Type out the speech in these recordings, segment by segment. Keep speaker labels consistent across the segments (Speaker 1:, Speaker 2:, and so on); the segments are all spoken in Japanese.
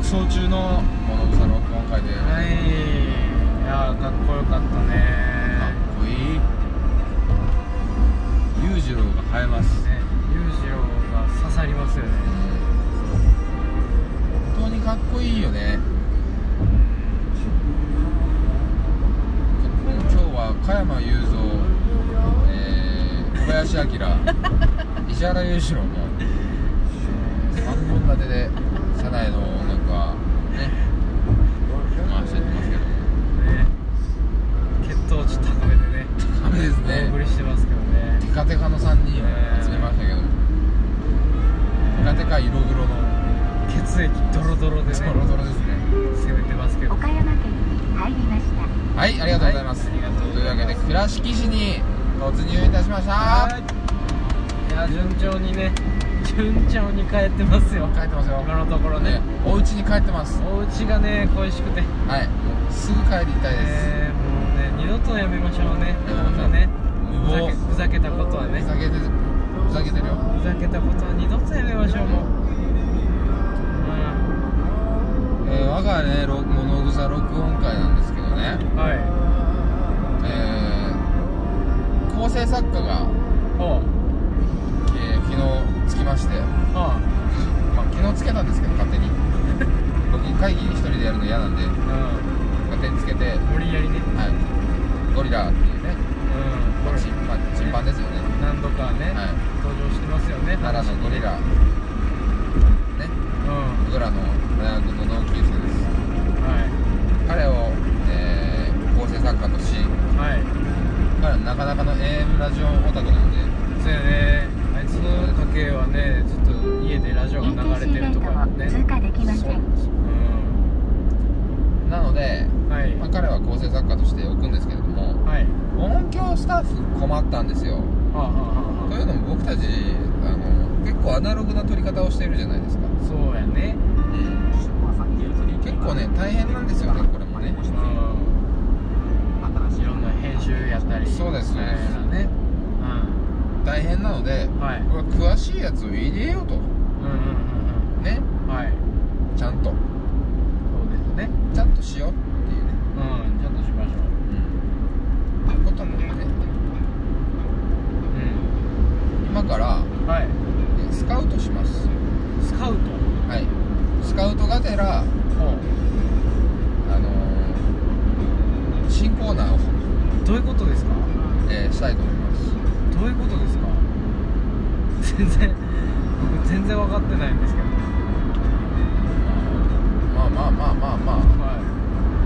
Speaker 1: 走中の
Speaker 2: モノブサ録音会で、
Speaker 1: はいいやーかっこよかった
Speaker 2: か
Speaker 1: ね
Speaker 2: っこいい裕次郎が映えます、
Speaker 1: ね裕次郎が刺さりますよね
Speaker 2: 本当にかっこいいよね今日は加山雄三、えー小林明石原裕次郎が三本立てで車内のなんかね回してってますけど
Speaker 1: ね血糖値高めでね
Speaker 2: ダメです
Speaker 1: お送
Speaker 2: ね
Speaker 1: りしてますけどね
Speaker 2: テカテカの3人集めましたけどテカテカ色黒の
Speaker 1: 血液ドロドロでね
Speaker 2: ドロドロですね
Speaker 1: 攻めてますけど
Speaker 3: 岡山県に入りました。
Speaker 2: はい、ありがとうございます。
Speaker 1: はいありがとうご
Speaker 2: とい
Speaker 1: ざ
Speaker 2: う
Speaker 1: い
Speaker 2: わ
Speaker 1: ます
Speaker 2: けで、倉敷市に突入いたしました。
Speaker 1: いや順調にね順調に帰ってますよ
Speaker 2: 帰ってますよ。
Speaker 1: 今のところね
Speaker 2: お家に帰ってます。
Speaker 1: お家がね恋しくて
Speaker 2: はい、もうすぐ帰りたいです。
Speaker 1: えーもうね二度とやめましょうねこ
Speaker 2: やめましょうん
Speaker 1: なねふざ
Speaker 2: もう
Speaker 1: けふざけたことはね
Speaker 2: ふざけてる、ふざけてるよ。
Speaker 1: ふざけたことは二度とやめましょうもううん
Speaker 2: えー、我がね、ろ物草録音会なんですけどね。
Speaker 1: はい
Speaker 2: えー、構成作家が、
Speaker 1: ほう
Speaker 2: えー昨日つきまして、
Speaker 1: あ
Speaker 2: まあ、昨日つけたんですけど、勝手に。僕、会議一人でやるの嫌なんで、
Speaker 1: あ
Speaker 2: 勝手につけて、
Speaker 1: うん無理やりね
Speaker 2: はい、ゴリラっていうね、
Speaker 1: うん
Speaker 2: まあチンまあチンパンですよね。
Speaker 1: 何度かね、
Speaker 2: はい
Speaker 1: 登場してますよね
Speaker 2: 奈良のゴリラ、ね、
Speaker 1: うんは
Speaker 2: 僕らの大学の同級生です。彼を、えー構成作家とし、
Speaker 1: いはい
Speaker 2: 彼はなかなかの AM ラジオオタクなんで、
Speaker 1: そうやねあいつの家系はねずっと家でラジオが流れてるとかね
Speaker 3: ETC 通過できません。
Speaker 1: うん
Speaker 2: なので、
Speaker 1: はい
Speaker 2: まあ、彼は構成作家として置くんですけれども、
Speaker 1: はい
Speaker 2: 音響スタッフ困ったんですよ。
Speaker 1: はあはあ
Speaker 2: と
Speaker 1: はあ
Speaker 2: い
Speaker 1: は
Speaker 2: うのも僕たち、あの、結構アナログな撮り方をしてるじゃないですか。
Speaker 1: あそうやね
Speaker 2: 結構ね、大変なんですよね、これもね。
Speaker 1: うんいろんな編集やったり
Speaker 2: そうです
Speaker 1: なんやらねうん
Speaker 2: 大変なので、
Speaker 1: はい
Speaker 2: これ詳しいやつを入れようと。
Speaker 1: うんうんうん
Speaker 2: ね、
Speaker 1: うんはい
Speaker 2: ちゃんと。
Speaker 1: そうですね
Speaker 2: ちゃんとしようっていうね、
Speaker 1: うんちゃんとしましょ
Speaker 2: うん、いうこともね
Speaker 1: うう
Speaker 2: 今から
Speaker 1: んはい
Speaker 2: えスカウトします
Speaker 1: スカウト
Speaker 2: はいスカウトがてらあ
Speaker 1: ほ
Speaker 2: のー新コーナーを、
Speaker 1: うどういうことですか
Speaker 2: えーしたいと思います
Speaker 1: どういうことですか全然僕全然分かってないんですけど
Speaker 2: まあまあまあまあまあ、
Speaker 1: は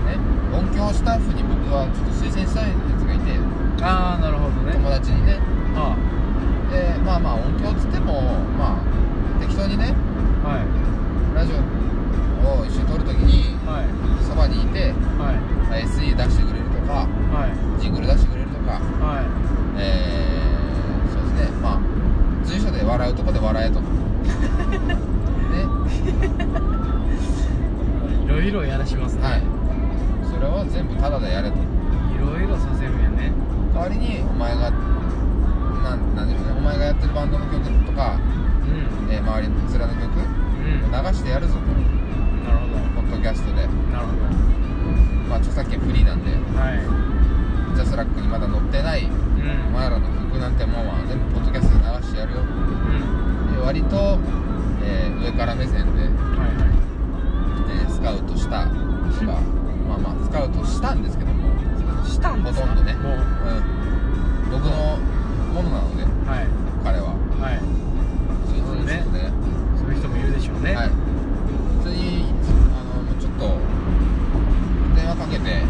Speaker 2: ね音響スタッフに僕はちょっと推薦したいやつがいて
Speaker 1: いああなるほどね
Speaker 2: 友達にね
Speaker 1: あ
Speaker 2: でまあまあ音響っつってもまあ適当にね
Speaker 1: あはい
Speaker 2: ラジオを一緒に撮るときに
Speaker 1: はい
Speaker 2: そばにいて
Speaker 1: はい
Speaker 2: SE 出してくれるとか
Speaker 1: はい
Speaker 2: ジングル出してくれるとか、
Speaker 1: は
Speaker 2: えー、そうですね、まあ、随所で笑うとこで笑えと。ね、
Speaker 1: いいろいろやらしますね、
Speaker 2: はい。それは全部タダでやれと。
Speaker 1: いろいろさせるんやね
Speaker 2: 代わりに、お前が、なん、なんでしょうね、お前がやってるバンドの曲とか、
Speaker 1: うん
Speaker 2: えー周りの面の曲、
Speaker 1: うんなる
Speaker 2: 流してやるぞと、
Speaker 1: ほ
Speaker 2: ポ
Speaker 1: ど
Speaker 2: ッドキャストで。
Speaker 1: なるほ
Speaker 2: まあ、著作権フリーなんで、
Speaker 1: どはい
Speaker 2: ジャスラックにまだ載ってない、お
Speaker 1: う
Speaker 2: 前らの曲なんてもんは全部ポッドキャストで流してやるよ。
Speaker 1: んうん
Speaker 2: で割と、えー上から目線で、
Speaker 1: はいは
Speaker 2: えースカウトしたとかまあまあスカウトしたんですけども、うん、
Speaker 1: いしたんですか
Speaker 2: ほとんどね
Speaker 1: もう
Speaker 2: 僕のものなので
Speaker 1: はい
Speaker 2: 彼は
Speaker 1: はい
Speaker 2: そう
Speaker 1: だねそういう人もいるでしょうね
Speaker 2: はい普通にあのもうちょっと電話かけて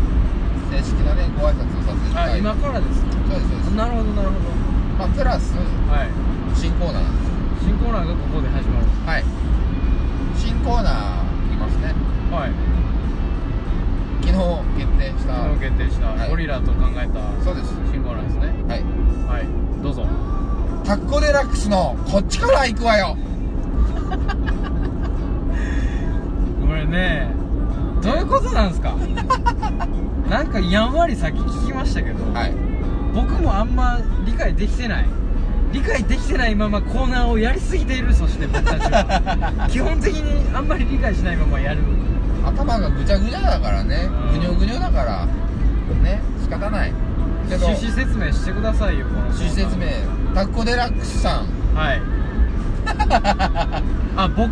Speaker 2: 正式なねご挨拶をさせていただ
Speaker 1: あ
Speaker 2: いて
Speaker 1: 今からです
Speaker 2: そうですそうです
Speaker 1: なるほどなるほ
Speaker 2: まあプラス
Speaker 1: どはい
Speaker 2: 新コーナーなんですよ
Speaker 1: 新コーナーがここで始まる
Speaker 2: はい新コーナーいきますね
Speaker 1: はい
Speaker 2: 昨日決定した
Speaker 1: 昨日決定した、
Speaker 2: はい
Speaker 1: ゴリラと考えた
Speaker 2: そうです
Speaker 1: 新コーナーですね
Speaker 2: はい
Speaker 1: はいどうぞ
Speaker 2: タッコデラックスのこっちから行くわよ
Speaker 1: これねどういうことなん ですかなんかやんわりさっき聞きましたけど、
Speaker 2: はい
Speaker 1: 僕もあんま理解できてない理解できてないままコーナーをやりすぎているそして僕たちは 基本的にあんまり理解しないままやる
Speaker 2: 頭がぐちゃぐちゃだからね
Speaker 1: うん
Speaker 2: ぐにょぐにょだからね仕方ないけど
Speaker 1: 趣旨説明してくださいよこのコーナー
Speaker 2: 趣旨説明タッコデラックスさん
Speaker 1: はい あ僕っ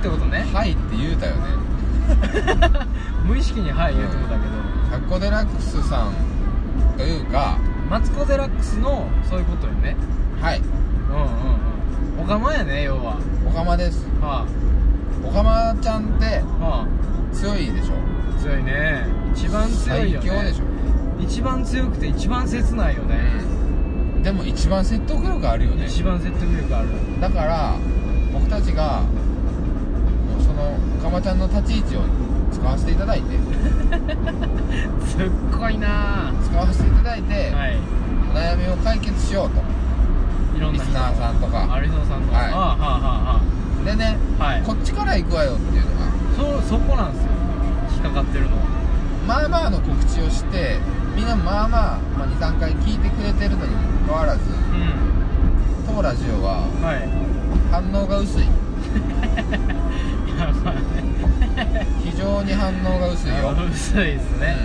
Speaker 1: てこと ね
Speaker 2: はいって言うたよね
Speaker 1: 無意識に「はい」言うとこだけど、
Speaker 2: タッコデラックスさんというか
Speaker 1: マツコ・デラックスのそういうことよね
Speaker 2: はい
Speaker 1: うんうんうんおかまやね要は
Speaker 2: オカマです
Speaker 1: は
Speaker 2: オカマちゃんって
Speaker 1: あは
Speaker 2: 強いでしょ
Speaker 1: あ強いね一番強いよね
Speaker 2: 最強でしょ、
Speaker 1: 一番強くて一番切ないよね、
Speaker 2: うんでも一番説得力あるよね
Speaker 1: 一番説得力ある
Speaker 2: だから僕たちがもうそのオカマちゃんの立ち位置を使わせていただいて
Speaker 1: すっごいな
Speaker 2: 使わせていただいて、
Speaker 1: はい
Speaker 2: お悩みを解決しようと
Speaker 1: いろん
Speaker 2: リ
Speaker 1: な
Speaker 2: ス
Speaker 1: 人
Speaker 2: ナーさんと
Speaker 1: あ
Speaker 2: か
Speaker 1: リゾさんとか、
Speaker 2: はい
Speaker 1: ああはあは
Speaker 2: でね、
Speaker 1: あはあはい
Speaker 2: こっちから行くわよっていうのが
Speaker 1: そそこなんですよ引っかかってるのは
Speaker 2: まあまあの告知をしてみんなまあまあ、まあ、23回聞いてくれてるのにもかかわらず
Speaker 1: うん
Speaker 2: 当ラジオは
Speaker 1: はい
Speaker 2: 反応が薄い
Speaker 1: やばい
Speaker 2: 非常に反応が薄いよ
Speaker 1: 薄いですね、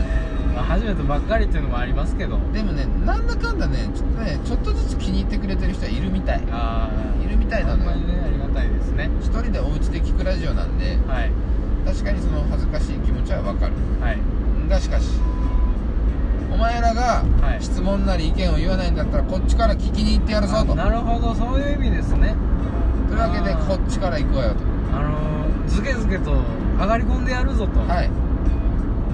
Speaker 1: まあ、初めてばっかりっていうのもありますけど
Speaker 2: でもねなんだかんだねちょっとねちょっとずつ気に入ってくれてる人はいるみたい
Speaker 1: あ
Speaker 2: いるみたいな
Speaker 1: あんま
Speaker 2: の
Speaker 1: り
Speaker 2: よ
Speaker 1: ねありがたいですね
Speaker 2: 一人でお家で聞くラジオなんで
Speaker 1: はい
Speaker 2: 確かにその恥ずかしい気持ちはわかる
Speaker 1: はい
Speaker 2: がしかしお前らが
Speaker 1: はい
Speaker 2: 質問なり意見を言わないんだったらこっちから聞きに行ってやるぞと
Speaker 1: あなるほどそういう意味ですね
Speaker 2: というわけで
Speaker 1: あー
Speaker 2: こっちから行くわよと
Speaker 1: あのーずけずけと上がり込んでやるぞと
Speaker 2: はい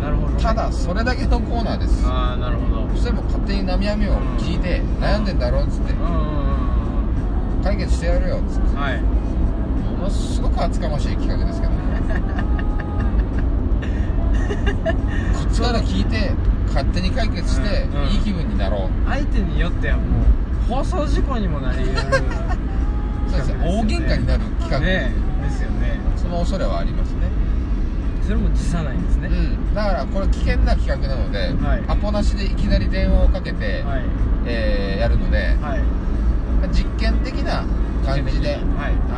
Speaker 1: なるほど、ね、
Speaker 2: ただそれだけのコーナーです
Speaker 1: ああなるほどうんうん
Speaker 2: そしてもう勝手に波みを聞いて悩んでんだろうっつって
Speaker 1: うん
Speaker 2: 解決してやるよっつって
Speaker 1: うんはい
Speaker 2: ものすごく厚かましい企画です けどねこっちから聞いて勝手に解決して
Speaker 1: うんうん
Speaker 2: いい気分になろう
Speaker 1: 相手によってはもう放送事故にもなり得る
Speaker 2: そうですね大喧嘩になる企画、
Speaker 1: ねですよね
Speaker 2: その恐れはありますね
Speaker 1: それも辞さないんですね、
Speaker 2: うん、だからこれ危険な企画なので、
Speaker 1: はい
Speaker 2: アポなしでいきなり電話をかけて、
Speaker 1: はい
Speaker 2: えーやるので、
Speaker 1: はい
Speaker 2: 実験的な感じで、
Speaker 1: は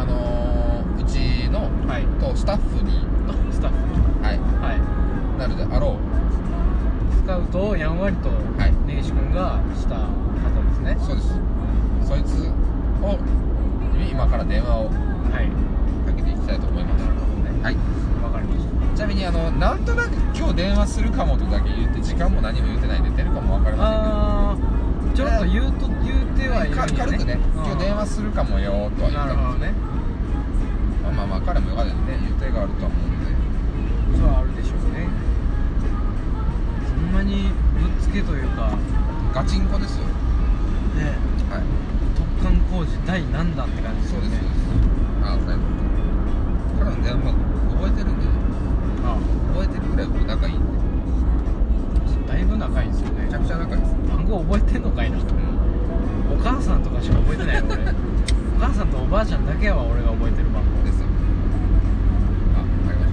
Speaker 2: あのーうちの
Speaker 1: いはい
Speaker 2: とスタッフに、
Speaker 1: スタッフ
Speaker 2: はい、
Speaker 1: はい
Speaker 2: なるであろう
Speaker 1: スカウトをやんわりと
Speaker 2: い
Speaker 1: 根岸君がした方ですね
Speaker 2: そうですそいつを今から電話をか
Speaker 1: はい
Speaker 2: けていきたいと思います
Speaker 1: なるほどね
Speaker 2: はい
Speaker 1: わかりまし
Speaker 2: ちなみにあのなんとなく今日電話するかもとだけ言って時間も何も言ってないんで出るかも分かり
Speaker 1: た
Speaker 2: ま
Speaker 1: あーちょっと言うと言う
Speaker 2: せんけ
Speaker 1: て
Speaker 2: ど
Speaker 1: はいるんや
Speaker 2: か軽くね今日電話するかもよとは言って
Speaker 1: なるほどね
Speaker 2: まあまあまあ彼もよかったね予定があるとは思うんで
Speaker 1: それはあるでしょうねそんなにぶっつけというか
Speaker 2: ガチンコですよ
Speaker 1: ね
Speaker 2: はい
Speaker 1: 突貫工事第何弾って感じです
Speaker 2: そう
Speaker 1: よ
Speaker 2: です
Speaker 1: ね
Speaker 2: そうですあ最後彼の電話番号覚えてるんでね
Speaker 1: あ
Speaker 2: 覚えてるぐらい僕仲いいんで
Speaker 1: だいぶ仲いいですよ
Speaker 2: めちゃ
Speaker 1: ね
Speaker 2: くちゃ仲いいです
Speaker 1: 番号覚えてんのかいなお母さんとかしか覚えてないよ 俺お母さんとおばあちゃんだけは俺が覚えてる番号
Speaker 2: ですよあわかりまし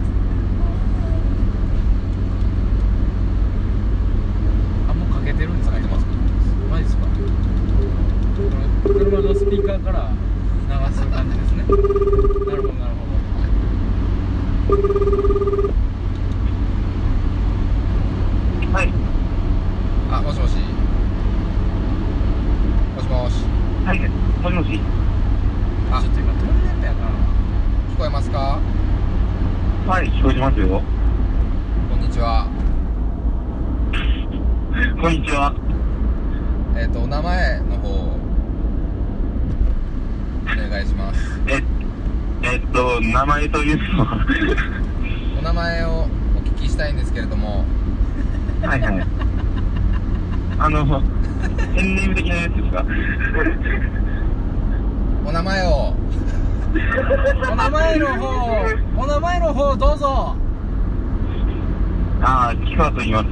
Speaker 1: あもうかけてるんですか
Speaker 2: かけてます
Speaker 1: マジですかこれ車のスピーカーから流す感じですねなるほどなるほ
Speaker 4: はい、
Speaker 2: たあもしもしもしもし
Speaker 4: はい、もしもし。
Speaker 1: ど
Speaker 2: あ
Speaker 1: ちょっと今トンネルやからな
Speaker 2: 聞こえますか
Speaker 4: はい、聞こえてますよ。
Speaker 2: こんにちは
Speaker 4: こんにちは。
Speaker 2: えっ、とお名前の方をお願いします
Speaker 4: え、えっと、名前という のは、
Speaker 2: お名前をお聞きしたいんですけれども
Speaker 4: はいはい。あの、ペンネーム的なやつですか
Speaker 2: お名前を
Speaker 1: お名前の 方お名前の方どうぞ
Speaker 4: ああ、キカと言います。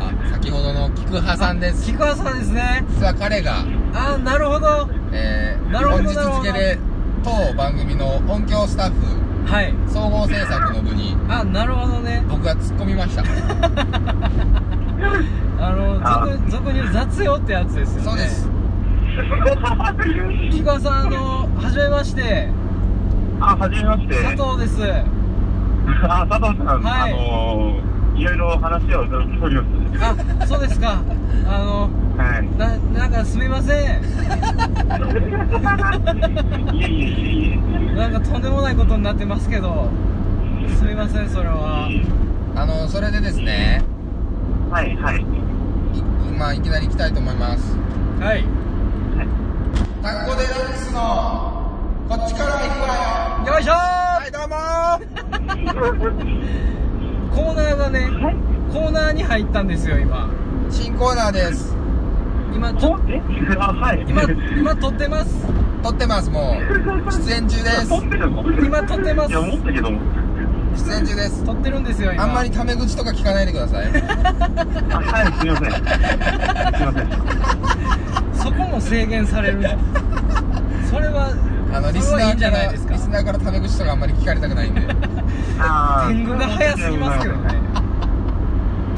Speaker 2: あ先ほどの菊羽さんです
Speaker 1: 菊川さんですね
Speaker 2: 実は彼が、
Speaker 1: あーなるほど
Speaker 2: えー
Speaker 1: なるほど
Speaker 2: 本日付で当番組の音響スタッフ
Speaker 1: はい
Speaker 2: 総合制作の部に
Speaker 1: あなるほどね
Speaker 2: 僕が突っ込みました
Speaker 1: あの
Speaker 4: あ
Speaker 1: 俗俗に言う雑用ってやつですよね
Speaker 2: そうです
Speaker 1: 木川さん、あの、はじめまして、
Speaker 4: あ、はじめまして。
Speaker 1: 佐藤です。
Speaker 4: あ、佐藤さん、
Speaker 1: はい
Speaker 4: あのー、いろいろ話を伺っておりま
Speaker 1: あ、
Speaker 4: す。
Speaker 1: そうですか。あの、
Speaker 4: はい。
Speaker 1: な、なんかすみません。
Speaker 4: いえいえいえいえ。
Speaker 1: なんかとんでもないことになってますけど。すみません、それは。
Speaker 2: あのそれでですね
Speaker 4: はいはい。
Speaker 2: いまあいきなり行きたいと思います
Speaker 1: はい。
Speaker 2: タコデラックスのこっちから行くわよ
Speaker 1: よいしょー
Speaker 2: はいどうもー
Speaker 1: コーナーがね、コーナーに入ったんですよ、今。
Speaker 2: 新コーナーです
Speaker 1: 今、と、
Speaker 4: えあ、はい。
Speaker 1: 今、今撮ってます。
Speaker 2: 撮ってますもう出演中です
Speaker 4: 撮ってるの
Speaker 1: 今撮ってます
Speaker 4: いや、思ったけども。
Speaker 2: 出演中です
Speaker 1: 撮ってるんですよ、今。
Speaker 2: あんまり。タメ口とか聞かないでください
Speaker 4: あ、はい、すみません。すみません。
Speaker 1: そこも制限されるの。それは、
Speaker 2: あのリス
Speaker 1: それは
Speaker 2: ナー
Speaker 1: いいんじ
Speaker 2: か
Speaker 1: ゃない
Speaker 2: ら
Speaker 1: ですか
Speaker 2: リ。スナーからタメ口とかあんまり聞かれたくないんで
Speaker 4: あー
Speaker 1: 天狗が早すぎますけどね。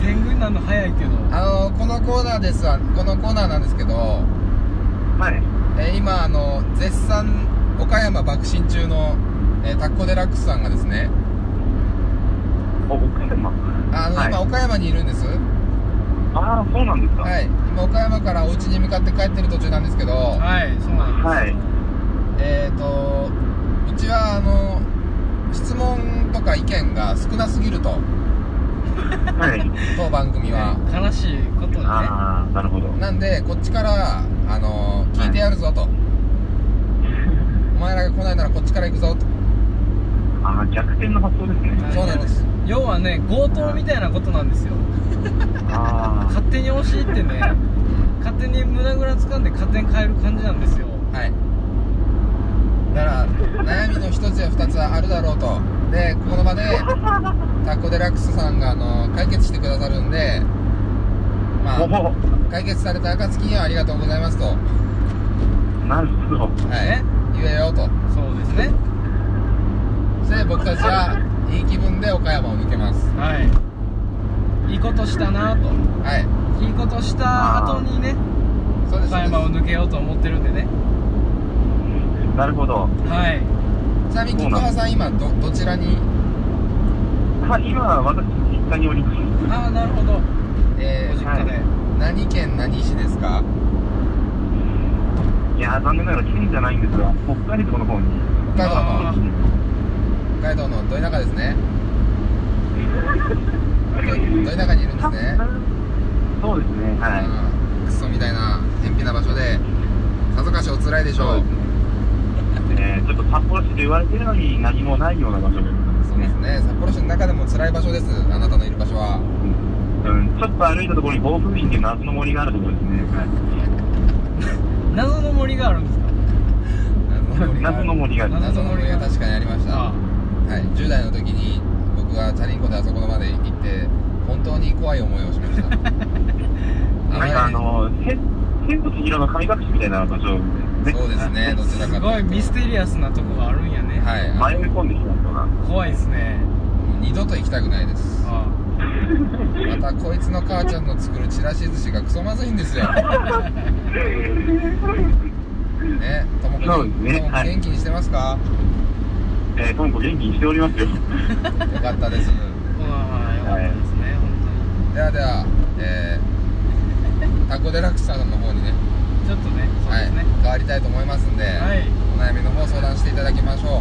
Speaker 1: 天狗になるの早いけど。
Speaker 2: あのこのコーナーですわこのコーナーなんですけど、
Speaker 4: はい。
Speaker 2: えー今あの絶賛岡山爆心中の、えータッコデラックスさんがですね
Speaker 4: お、岡山。
Speaker 2: あの、今
Speaker 4: はい
Speaker 2: 岡山にいるんです
Speaker 4: ああ、そうなんですか。
Speaker 2: はい今岡山からお家に向かって帰ってる途中なんですけど、
Speaker 1: はい、そうなんです。
Speaker 4: はい。
Speaker 2: えっ、とうちはあの質問とか意見が少なすぎると
Speaker 4: はい。
Speaker 2: 当番組は、
Speaker 1: 悲しいことにね。
Speaker 4: ああ、なるほど。
Speaker 2: なんでこっちからあの聞いてやるぞと、お前らが来ないならこっちから行くぞと
Speaker 4: ああ、逆転の発想ですね。
Speaker 2: そうなんです
Speaker 1: 要はね、強盗みたいなことなんですよ。
Speaker 4: あ
Speaker 1: 勝手に押し入って ね、勝手に胸ぐら掴んで勝手に変える感じなんですよ。
Speaker 2: はいだから悩みの一つや二つはあるだろうとでこの場でタコデラックスさんがあの解決してくださるんでま
Speaker 4: あ。
Speaker 2: あ
Speaker 4: お
Speaker 2: 解決された暁にはありがとうございますと、は
Speaker 4: お、なるほど。
Speaker 1: ね
Speaker 2: い、言えよと
Speaker 1: そうですね。
Speaker 2: それで僕たちはいい気分で岡山を抜けます
Speaker 1: はい。いいことしたなと。
Speaker 2: はい
Speaker 1: いいことした後にね、
Speaker 2: そうです
Speaker 1: 岡山
Speaker 2: そ
Speaker 1: を
Speaker 2: うで
Speaker 1: 抜けようと思ってるんでね。
Speaker 4: なるほど。
Speaker 1: はい。
Speaker 2: すちなみに菊川さん今どどちらに
Speaker 4: あ、今、私、実家におります。
Speaker 1: ああ、なるほど。
Speaker 2: えー
Speaker 1: ご実家で。
Speaker 2: 何県何市ですか
Speaker 4: いやー、残念ながら県じゃないんですが、北海道の方に。
Speaker 2: 北海道
Speaker 1: あ
Speaker 2: の
Speaker 1: ー
Speaker 2: 北海道のど田舎です ねどど田舎にいるんですね
Speaker 4: そうですね、は
Speaker 2: うんクソみたいな偏僻な場所でさぞかしおつらいで
Speaker 4: い。
Speaker 2: しょう
Speaker 4: そうですね。えーちょっと札幌市で言われてるのに何もないような場所です。
Speaker 2: そうですね札幌市の中でも辛い場所ですあなたのいる場所は
Speaker 4: うん、ちょっと歩いたところに暴風林っていう謎の森があるところですね。は
Speaker 1: 謎の森があるんですか
Speaker 2: 謎の森が
Speaker 4: い、謎の森がある。
Speaker 2: 謎の森が確かにありました
Speaker 1: あ
Speaker 2: は
Speaker 1: あ
Speaker 2: い10代の時に僕がチャリンコであそこまで行って本当に怖い思いをしました
Speaker 4: なんかあの、千千と千尋の神隠しみたいな場所ですね。
Speaker 2: そうです ねどちらかというと
Speaker 1: すごいミステリアスなとこがあるんやね。
Speaker 2: はいあの
Speaker 4: 迷い込んできたような。
Speaker 1: 怖いですね。
Speaker 2: もう二度と行きたくないです
Speaker 1: あ
Speaker 2: またこいつの母ちゃんの作るちらし寿司がクソまずいんです よねともこ
Speaker 4: そうですね
Speaker 2: ともこ
Speaker 4: はい
Speaker 2: 元気にしてますか、
Speaker 4: えー、ともこ元気にしておりますよ。
Speaker 2: よかったです
Speaker 1: あ。まあ、よかったですね、本
Speaker 2: ではではえー、タコデラックスさんの方にね
Speaker 1: 当に。ちょっとね、そう
Speaker 2: は
Speaker 1: で
Speaker 2: い
Speaker 1: すね。
Speaker 2: 変わりたいと思いますんで、
Speaker 1: はい。
Speaker 2: お悩みの方相談していただきましょう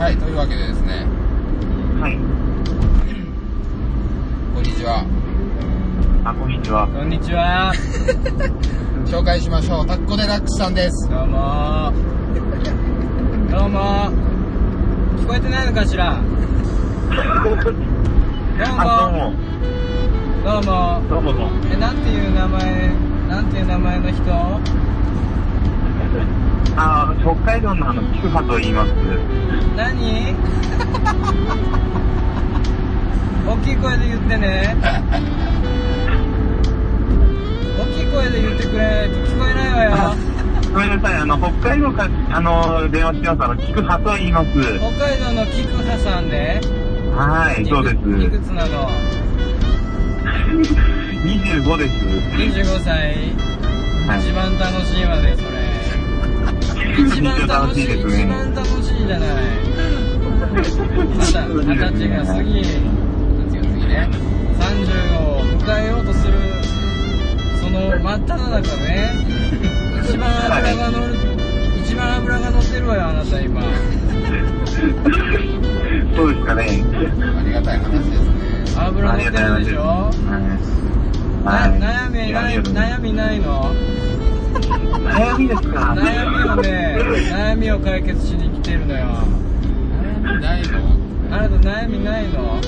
Speaker 2: はいというわけでですね
Speaker 4: はい。
Speaker 2: こんにちは
Speaker 4: あ、こんにちは。
Speaker 1: こんにち は。
Speaker 2: 紹介しましょうタッコデラックスさんです
Speaker 1: どうもー。どうもー。聞こえてないのかしら。どうも
Speaker 4: あ、
Speaker 1: ー。どうもー。
Speaker 4: どうも。どうもどうも。
Speaker 1: え、なんていう名前、なんていう名前の人。
Speaker 4: あ、北海道のあの、キクハと言います。
Speaker 1: 何。大きい声で言ってね。大きい声で言ってくれないと聞こえない わよ。
Speaker 4: ごめんなさい、あの、北海道から、あの、電話してます。あの、キクハと言います。
Speaker 1: 北海道の菊葉さんで。
Speaker 4: はい、そうです。
Speaker 1: いくつなの。
Speaker 4: 25です。
Speaker 1: 25歳
Speaker 4: はい
Speaker 1: 一。番楽しいわねそれ一番楽しい一番楽しいじゃないまだ二十歳が過ぎ
Speaker 2: 夏が過ぎね
Speaker 1: 30を迎えようとするその真っ只中ね一番脂が乗る一番脂が乗ってるわよあなた今
Speaker 4: そうですかね。
Speaker 2: ありがたい話ですね
Speaker 1: 脂乗ってるでしょな
Speaker 4: はい。
Speaker 1: 悩みない悩みないの
Speaker 4: 悩みですか
Speaker 1: 悩みをね悩みを解決しに来てるのよ
Speaker 2: 悩みないの
Speaker 1: あなた悩みないの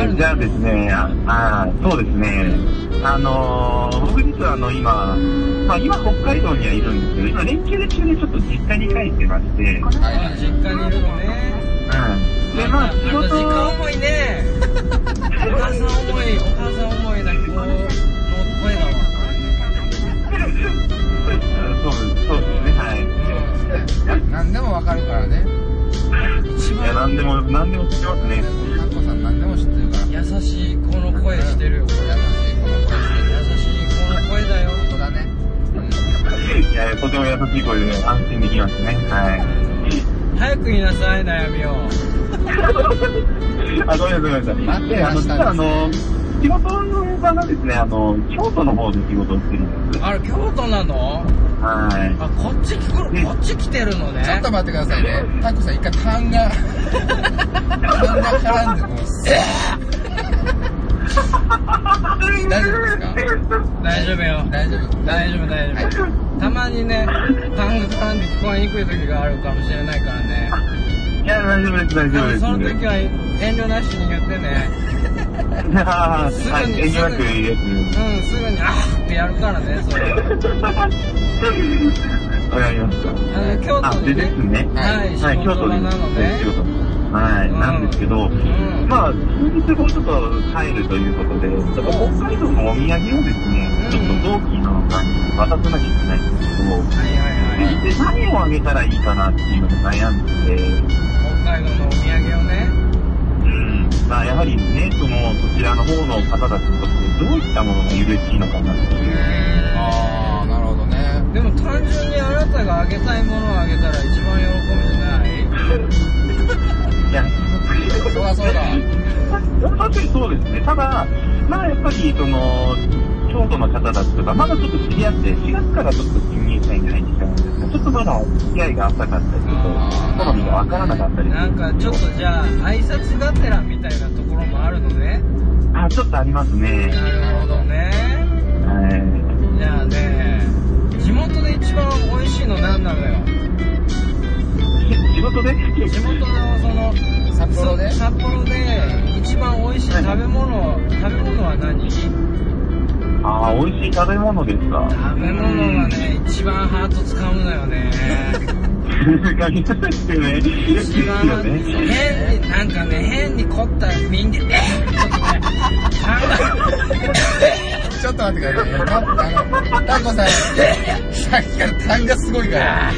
Speaker 1: ある
Speaker 4: じゃあですね、ああーそうですね、あのー僕実はあの今、まあ、今北海道にはいるんですけど、今連休で中でちょっと実家に帰ってまして、うん、
Speaker 2: はいはい
Speaker 1: 実家にいるのね
Speaker 4: で、まあ仕
Speaker 1: な
Speaker 4: 事
Speaker 1: んか実家思いねお母さん思いお母さん思いだけどもう声が
Speaker 4: そうですそうですね、は
Speaker 2: 何でもわかるからね
Speaker 1: 一
Speaker 4: い。い
Speaker 1: 番
Speaker 4: や、なんでも、なんでも知ってますね。
Speaker 2: かっこさん何でも知ってるから
Speaker 1: 優しい子の声してるよこれ
Speaker 2: やましいこの声してる
Speaker 1: 優しい子の声だよ
Speaker 2: 本当だね
Speaker 4: いや、とても優しい声で安心できますね。はい。
Speaker 1: 早く言いなさい悩みを
Speaker 4: あ、ごめんなさい、ごめんなさい。で、あの、実はあの、仕事場がですね、あの、京都の方で仕事をしてるんです。
Speaker 1: あれ京都なの
Speaker 4: はい。
Speaker 1: あこっち来るこっち来てるのね
Speaker 2: ちょっと待ってくださいねタックさん一回勘が勘が絡んでもう大丈夫ですか
Speaker 1: 大丈夫よ
Speaker 2: 大丈夫
Speaker 1: 大丈夫大丈夫、たまにね単語絡んで聞こえにくい時があるかもしれないからね
Speaker 4: いや、大丈夫です、大
Speaker 1: で
Speaker 4: 丈夫
Speaker 1: も
Speaker 4: です。
Speaker 1: その時は遠慮なしに言ってね
Speaker 4: は、
Speaker 1: すぐに
Speaker 4: はい、遠慮なくいいです。
Speaker 1: うんすぐにあーってやるからねそれ
Speaker 4: わかりました。
Speaker 1: あの京
Speaker 4: あ、
Speaker 1: 都
Speaker 4: で
Speaker 1: でね
Speaker 4: ですね。
Speaker 1: はい、
Speaker 4: はい、
Speaker 1: 仕
Speaker 4: 京
Speaker 1: 事
Speaker 4: 都
Speaker 1: 場
Speaker 4: で
Speaker 1: なのね
Speaker 4: す。京都はい、なんですけど、
Speaker 1: ん
Speaker 4: まあ、数日後ちょっと帰るということで、ちょっと北海道のお土産をですね、
Speaker 1: うん
Speaker 4: ちょっと同期の方に渡さなきゃいけないんですけど、
Speaker 1: はいはいはい
Speaker 4: で、何をあげたらいいかなっていうのを悩んでて、
Speaker 1: 北海道のお土産をね
Speaker 4: うん、まあ、やはりね、その、そちらの方の方たちにとって、どういったものが嬉しいのかなっていう。
Speaker 2: ああなるほどね
Speaker 1: でも単純にあなたがあげたいものをあげたら一番喜ぶんじゃない
Speaker 4: いや、
Speaker 2: そりゃそうだ
Speaker 4: 確かにそうですね。ただ、まあやっぱり、その、京都の方たちとか、まだちょっと知り合って、4月からちょっと新入社員に入ってきたんですが、ちょっとまだお付き合いが浅かったり、ちょっと好みがわからなかったり。
Speaker 1: なんかちょっとじゃあ挨拶がてらみたいなところもあるのね
Speaker 4: あ、ちょっとありますね。
Speaker 1: なるほどね
Speaker 4: はい。
Speaker 1: じゃあね地元で一番美味しいの何なのよ
Speaker 4: 仕事で
Speaker 1: 地元のその
Speaker 2: 札幌で
Speaker 1: 札幌で一番美味しい食べ物、食べ物は何食
Speaker 4: ああ、美味しい食べ物ですか。
Speaker 1: べ物はね一番ハート掴むのよね
Speaker 4: うん。難しいですよね。
Speaker 1: 一番ハート変になんかね変に凝ったみ んなえっち
Speaker 2: ちょ
Speaker 1: ょっとね考
Speaker 2: っと待ってくださいねタあのタコさんさっきから勘がすごいから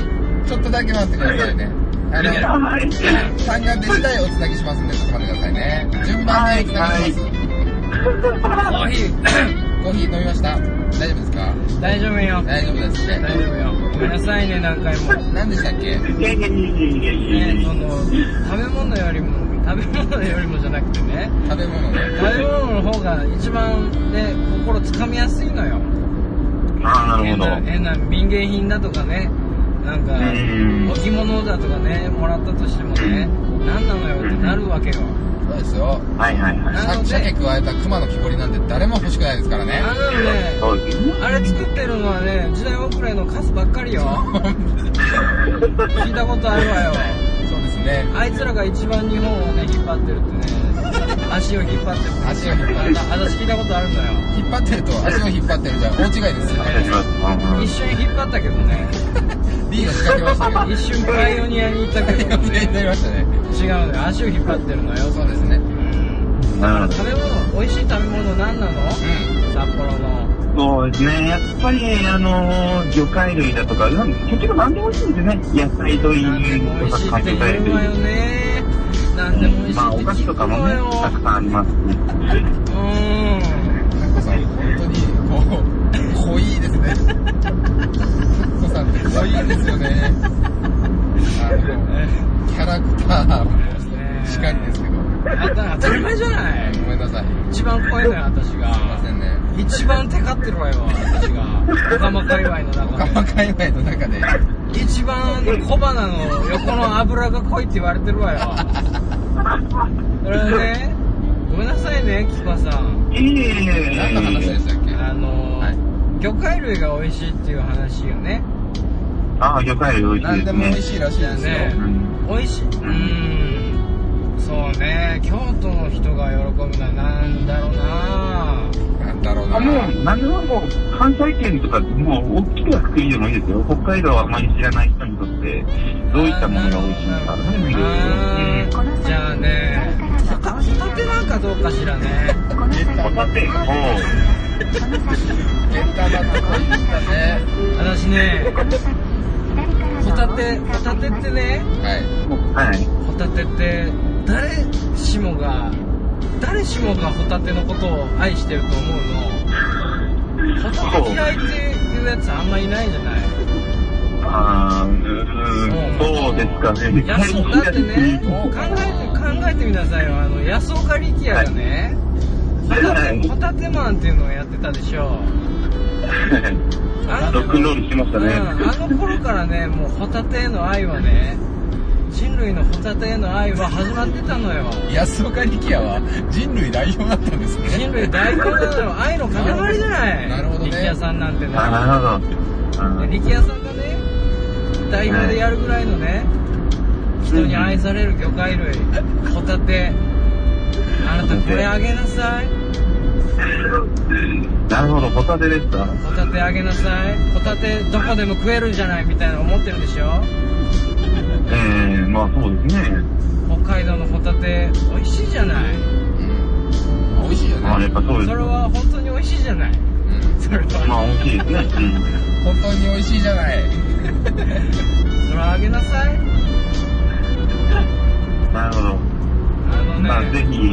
Speaker 2: ちょっとだけ待ってくださいねあの
Speaker 4: やばい。
Speaker 2: 三眼で次第おつなぎしますんで、ちょっと待ってくださいね。順番におつなぎします。
Speaker 1: えコーヒー
Speaker 2: コーヒー飲みました大丈夫ですか
Speaker 1: 大丈夫よ
Speaker 2: 大丈夫です
Speaker 1: 大丈
Speaker 2: ね。
Speaker 1: 夫よごめんなさいね何回も
Speaker 2: 何でしたっけ
Speaker 4: いやいやいやいやいやい
Speaker 1: ね、
Speaker 4: や
Speaker 1: そ。の食べ物よりも食べ物よりもじゃなくてね
Speaker 2: 食べ物ね。
Speaker 1: 食べ物の方が一番ね心掴みやすいのよ
Speaker 4: ああ、なる
Speaker 1: 変
Speaker 4: ほど
Speaker 1: な。変な民芸品だとかねなんか
Speaker 4: うん
Speaker 1: 置物だとかねもらったとしてもね何なのよってなるわけよ
Speaker 2: そうですよ。
Speaker 4: はいはいはい。
Speaker 1: なの
Speaker 2: さ鮭
Speaker 1: で
Speaker 2: 加えた熊の木こりなんて誰も欲しくないですからね。
Speaker 1: あのね
Speaker 4: そうですね。
Speaker 1: あれ作ってるのはね時代遅れのカスばっかりよ聞いたことあるわよ
Speaker 2: そうですね。
Speaker 1: あいつらが一番日本をね引っ張ってるってね足を引っ張ってる
Speaker 2: 足を引っ
Speaker 1: あ
Speaker 2: 張る。
Speaker 1: 私聞いたことあるんだよ
Speaker 2: 引っ張ってると足を引っ張ってるじゃん。大違いですよ
Speaker 4: お願いし
Speaker 2: ね。
Speaker 4: ます。うんうん
Speaker 1: 一瞬引っ張ったけどね
Speaker 2: B が仕掛けましたけど。
Speaker 1: 一瞬パイオニアに行ったけど
Speaker 2: 大変になり
Speaker 1: ね
Speaker 2: ましたね。
Speaker 1: 違うのよ足を引っ張ってるのよ
Speaker 2: そうですね。うん。
Speaker 4: なるほ
Speaker 1: 食べ物美味しい食べ物何なの札幌の
Speaker 4: ど。そうですね。やっぱりね、あのー魚介類だとか、なん結局何でも美味しいんですよね。野菜とい
Speaker 1: 何で
Speaker 4: い、
Speaker 1: も美味しいっ
Speaker 4: 海
Speaker 1: て
Speaker 4: 鮮
Speaker 1: 言うわよね何でも美味しい
Speaker 4: まあ、お
Speaker 1: って
Speaker 4: 菓子
Speaker 1: 聞
Speaker 4: と
Speaker 1: く
Speaker 4: かも
Speaker 1: の
Speaker 4: ね
Speaker 1: よ。
Speaker 4: たくさんありますね。
Speaker 1: うーん。
Speaker 2: コさん、本当に、こう、濃いですね。コさんって濃いんですよね。あの、キャラクターもしかりですけど。
Speaker 1: あんた当たり前じゃない
Speaker 2: ごめんなさい。
Speaker 1: 一番怖いのよ、私
Speaker 2: す
Speaker 1: が。
Speaker 2: いませんね。
Speaker 1: 一番テカってるわよ、私が。オカマ界隈の
Speaker 2: オカマ
Speaker 1: 中で。
Speaker 2: 界隈の中で、
Speaker 1: 一番小鼻の横の油が濃いって言われてるわよ。それでね、ごめんなさいね、キパさん。
Speaker 4: いえいえいえいえ。
Speaker 2: 何の話でしたっけ
Speaker 1: あの、
Speaker 2: はい
Speaker 1: 魚介類が美味しいっていう話よね。
Speaker 4: ああ、魚介類美味し
Speaker 2: 何
Speaker 4: い
Speaker 2: で
Speaker 4: です
Speaker 2: も美
Speaker 4: ね
Speaker 2: 味。しいらしいですよ。
Speaker 1: ね
Speaker 4: うん
Speaker 1: 美味しい。うーん。そうね、京都の人が喜ぶのはなんだろうな
Speaker 2: なんだろうな。
Speaker 4: あもう、何でももう、関西圏とか、もう、大きくはくくりでもいいですよ。北海道はあまり知らない人にとって、どういったものが美味しいのか、何でもいいですよ。うん
Speaker 1: あーじゃあね、ホタホタテなんかどうかしらね。
Speaker 3: この先
Speaker 4: ホタテお
Speaker 2: ゲッターだと濃いですよね。
Speaker 1: 私ね、ホ
Speaker 3: ホ
Speaker 1: タ
Speaker 3: タ
Speaker 1: テ、
Speaker 3: テ
Speaker 1: ホタテってね、
Speaker 2: はい。
Speaker 4: はい。
Speaker 1: ホタテって誰しもが、誰しもがホタテのことを愛してると思うの。ホタテ嫌いっていうやつあんまいないじゃない。
Speaker 4: あーうーん、そうですかね。
Speaker 1: 野草だってね、考えて、考えてみなさいよ。あの、野草カリキアがね、ホタ
Speaker 4: は
Speaker 1: テ、
Speaker 4: い
Speaker 1: ホタテマンっていうのをやってたでしょ。あの
Speaker 4: ロックンロールしてましたね
Speaker 1: うん、あの頃からね、もうホタテへの愛はね、人類のホタテへの愛は始まってたのよ。
Speaker 2: 安岡力也は人類代表だったんですね。
Speaker 1: 人類代表なのよ、愛の塊じゃない。
Speaker 2: なるほどね
Speaker 1: 力也さんなんてね。
Speaker 4: あ、なるほど。うん
Speaker 1: 力也さんがね、代表でやるぐらいのね、人に愛される魚介類、ホタテ。あなたこれあげなさい。
Speaker 4: なるほど、ホタテでした。
Speaker 1: ホタテあげなさい。ホタテどこでも食えるんじゃないみたいな思ってるでしょ
Speaker 4: えー、まあそうですね。
Speaker 1: 北海道のホタテ美味しいじゃない
Speaker 2: うんあ美味しいよね。
Speaker 4: まあやっぱそうで
Speaker 1: そ
Speaker 4: す
Speaker 1: れ。は本当に美味しいじゃない
Speaker 2: うん
Speaker 1: それ
Speaker 4: ま
Speaker 1: は
Speaker 4: あ美味しいですね。うん
Speaker 2: 本当に美味しいじゃない。
Speaker 1: それはあげなさい
Speaker 4: なるほ
Speaker 1: あ
Speaker 4: ど。
Speaker 1: のね、
Speaker 4: まあぜひね、うん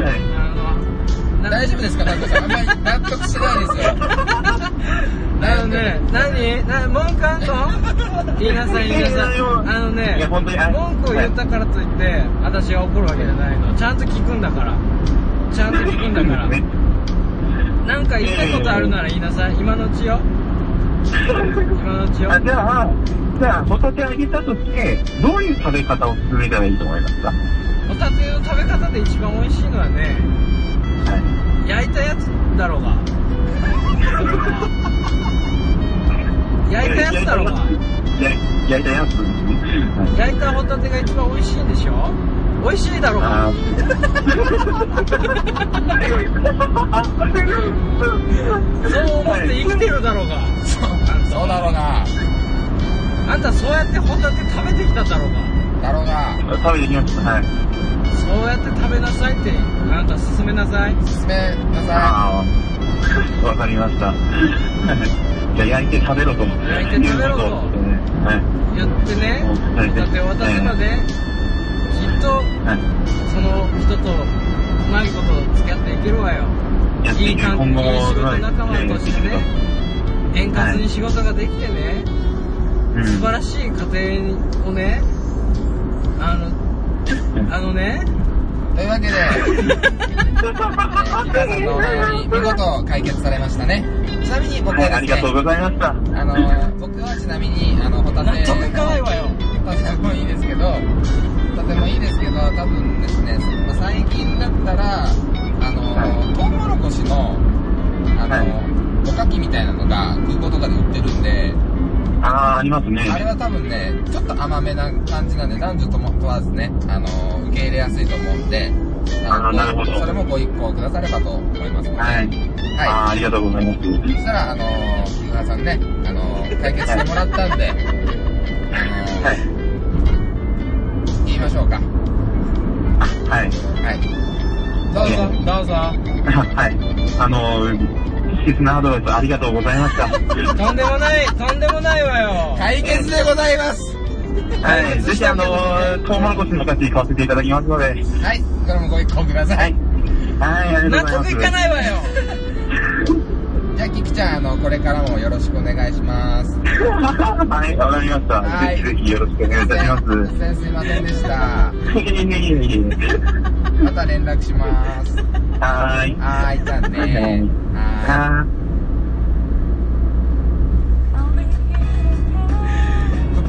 Speaker 4: はい。
Speaker 1: あのな
Speaker 2: 大丈夫ですか、なんかさん。あんまり納得してないですよ。
Speaker 1: あのね何な文句あん の言いなさい言いなさい
Speaker 4: いやいやいや
Speaker 1: あのね
Speaker 4: いや本当にあ
Speaker 1: 文句を言ったからといって私は怒るわけじゃないのちゃんと聞くんだからちゃんと聞くんだから
Speaker 4: ね
Speaker 1: なんか言いたいことあるなら言いなさい今のうち よ今のうちよ
Speaker 4: あじゃあ、じゃあ、ホタテあげたとして、どういう食べ方を進めたらいいと思いますかは
Speaker 1: ホタテの食べ方で一番美味しいのはね
Speaker 4: い。
Speaker 1: 焼いたやつだろうが 焼いたやつだろうが
Speaker 4: や焼いたやつですね。はい
Speaker 1: 焼いたホタテが一番美味しいんでしょ美味しいだろうが
Speaker 4: あー
Speaker 1: そう思って生きてるだろうが
Speaker 2: そうそうだろうな。
Speaker 1: あんたそうやってホタテ食べてきただろうが
Speaker 2: だろうな。
Speaker 4: 食べてきました。はい。
Speaker 1: そうやって食べなさいってあんた勧めなさい
Speaker 2: 進めなさ
Speaker 4: ああ、わかり ました。じゃあ焼いて食べろと。
Speaker 1: 焼いて食べろと
Speaker 4: いうことですねは
Speaker 1: 言ってねホタテを渡せばねきっと
Speaker 4: い。はい。
Speaker 1: その人とうまいこと付き合っていけるわよ
Speaker 4: やって
Speaker 1: い
Speaker 4: い
Speaker 1: い
Speaker 4: け
Speaker 1: 関
Speaker 4: 今後も
Speaker 1: 係仕事仲間としてね
Speaker 4: はい
Speaker 1: 円滑に仕事ができてね、
Speaker 4: うん
Speaker 1: 素晴らしい家庭をねあのあのね
Speaker 2: い。というわけで、ヒカさんのお悩み、見事解決されましたね。ちなみに僕
Speaker 4: はい、
Speaker 2: は
Speaker 4: あ
Speaker 2: で
Speaker 4: り
Speaker 2: す
Speaker 4: がとう
Speaker 2: ね、
Speaker 4: ございました。
Speaker 2: あの、僕はちなみに、あの、ホタテ。
Speaker 1: 納得いかないわよ
Speaker 2: とてもいいですけど、とてもいいですけど、多分ですね、まあ最近だったら、あの、トウモロコシの、あ
Speaker 4: はい
Speaker 2: の、おかきみたいなのが空港とかで売ってるんで、
Speaker 4: ああ、ありますね。
Speaker 2: あれは多分ね、ちょっと甘めな感じなんで、男女とも問わずね、あの、受け入れやすいと思うんで、
Speaker 4: あなるほど
Speaker 2: それもご一行くださればと思いますので、
Speaker 4: は
Speaker 2: はいい。。
Speaker 4: ああ、ありがとうございます。
Speaker 2: そしたら、あの、木村さんね、あの、解決してもらったんで、あの、
Speaker 4: はい。
Speaker 2: 言いましょうか。
Speaker 4: あはい。
Speaker 2: はい。
Speaker 1: どうぞ
Speaker 2: どうぞ。
Speaker 1: どうぞ
Speaker 4: はい。あのー、適切なアドバイスあ りがとうございました。
Speaker 1: とんでもないとんでもないわよ
Speaker 2: 解決でございます
Speaker 4: はい。ぜひ、あのー、トウモロコシのお菓子買わせていただきますので。はい。
Speaker 2: はいこれもご一個くださ
Speaker 4: はいい、ありが
Speaker 1: 納
Speaker 4: とうご
Speaker 1: 得
Speaker 4: ざいます。
Speaker 1: いかないわよ
Speaker 2: じゃあキキちゃんあのこれからもよろしくお願いします
Speaker 4: はい、わかりました。
Speaker 2: はい
Speaker 4: ぜひぜひよろしくお願いいたします。
Speaker 2: 突然すいませんでした
Speaker 4: いえいえいえい
Speaker 2: また連絡します
Speaker 4: えはーい。
Speaker 2: はーいじゃあねは
Speaker 4: はーい。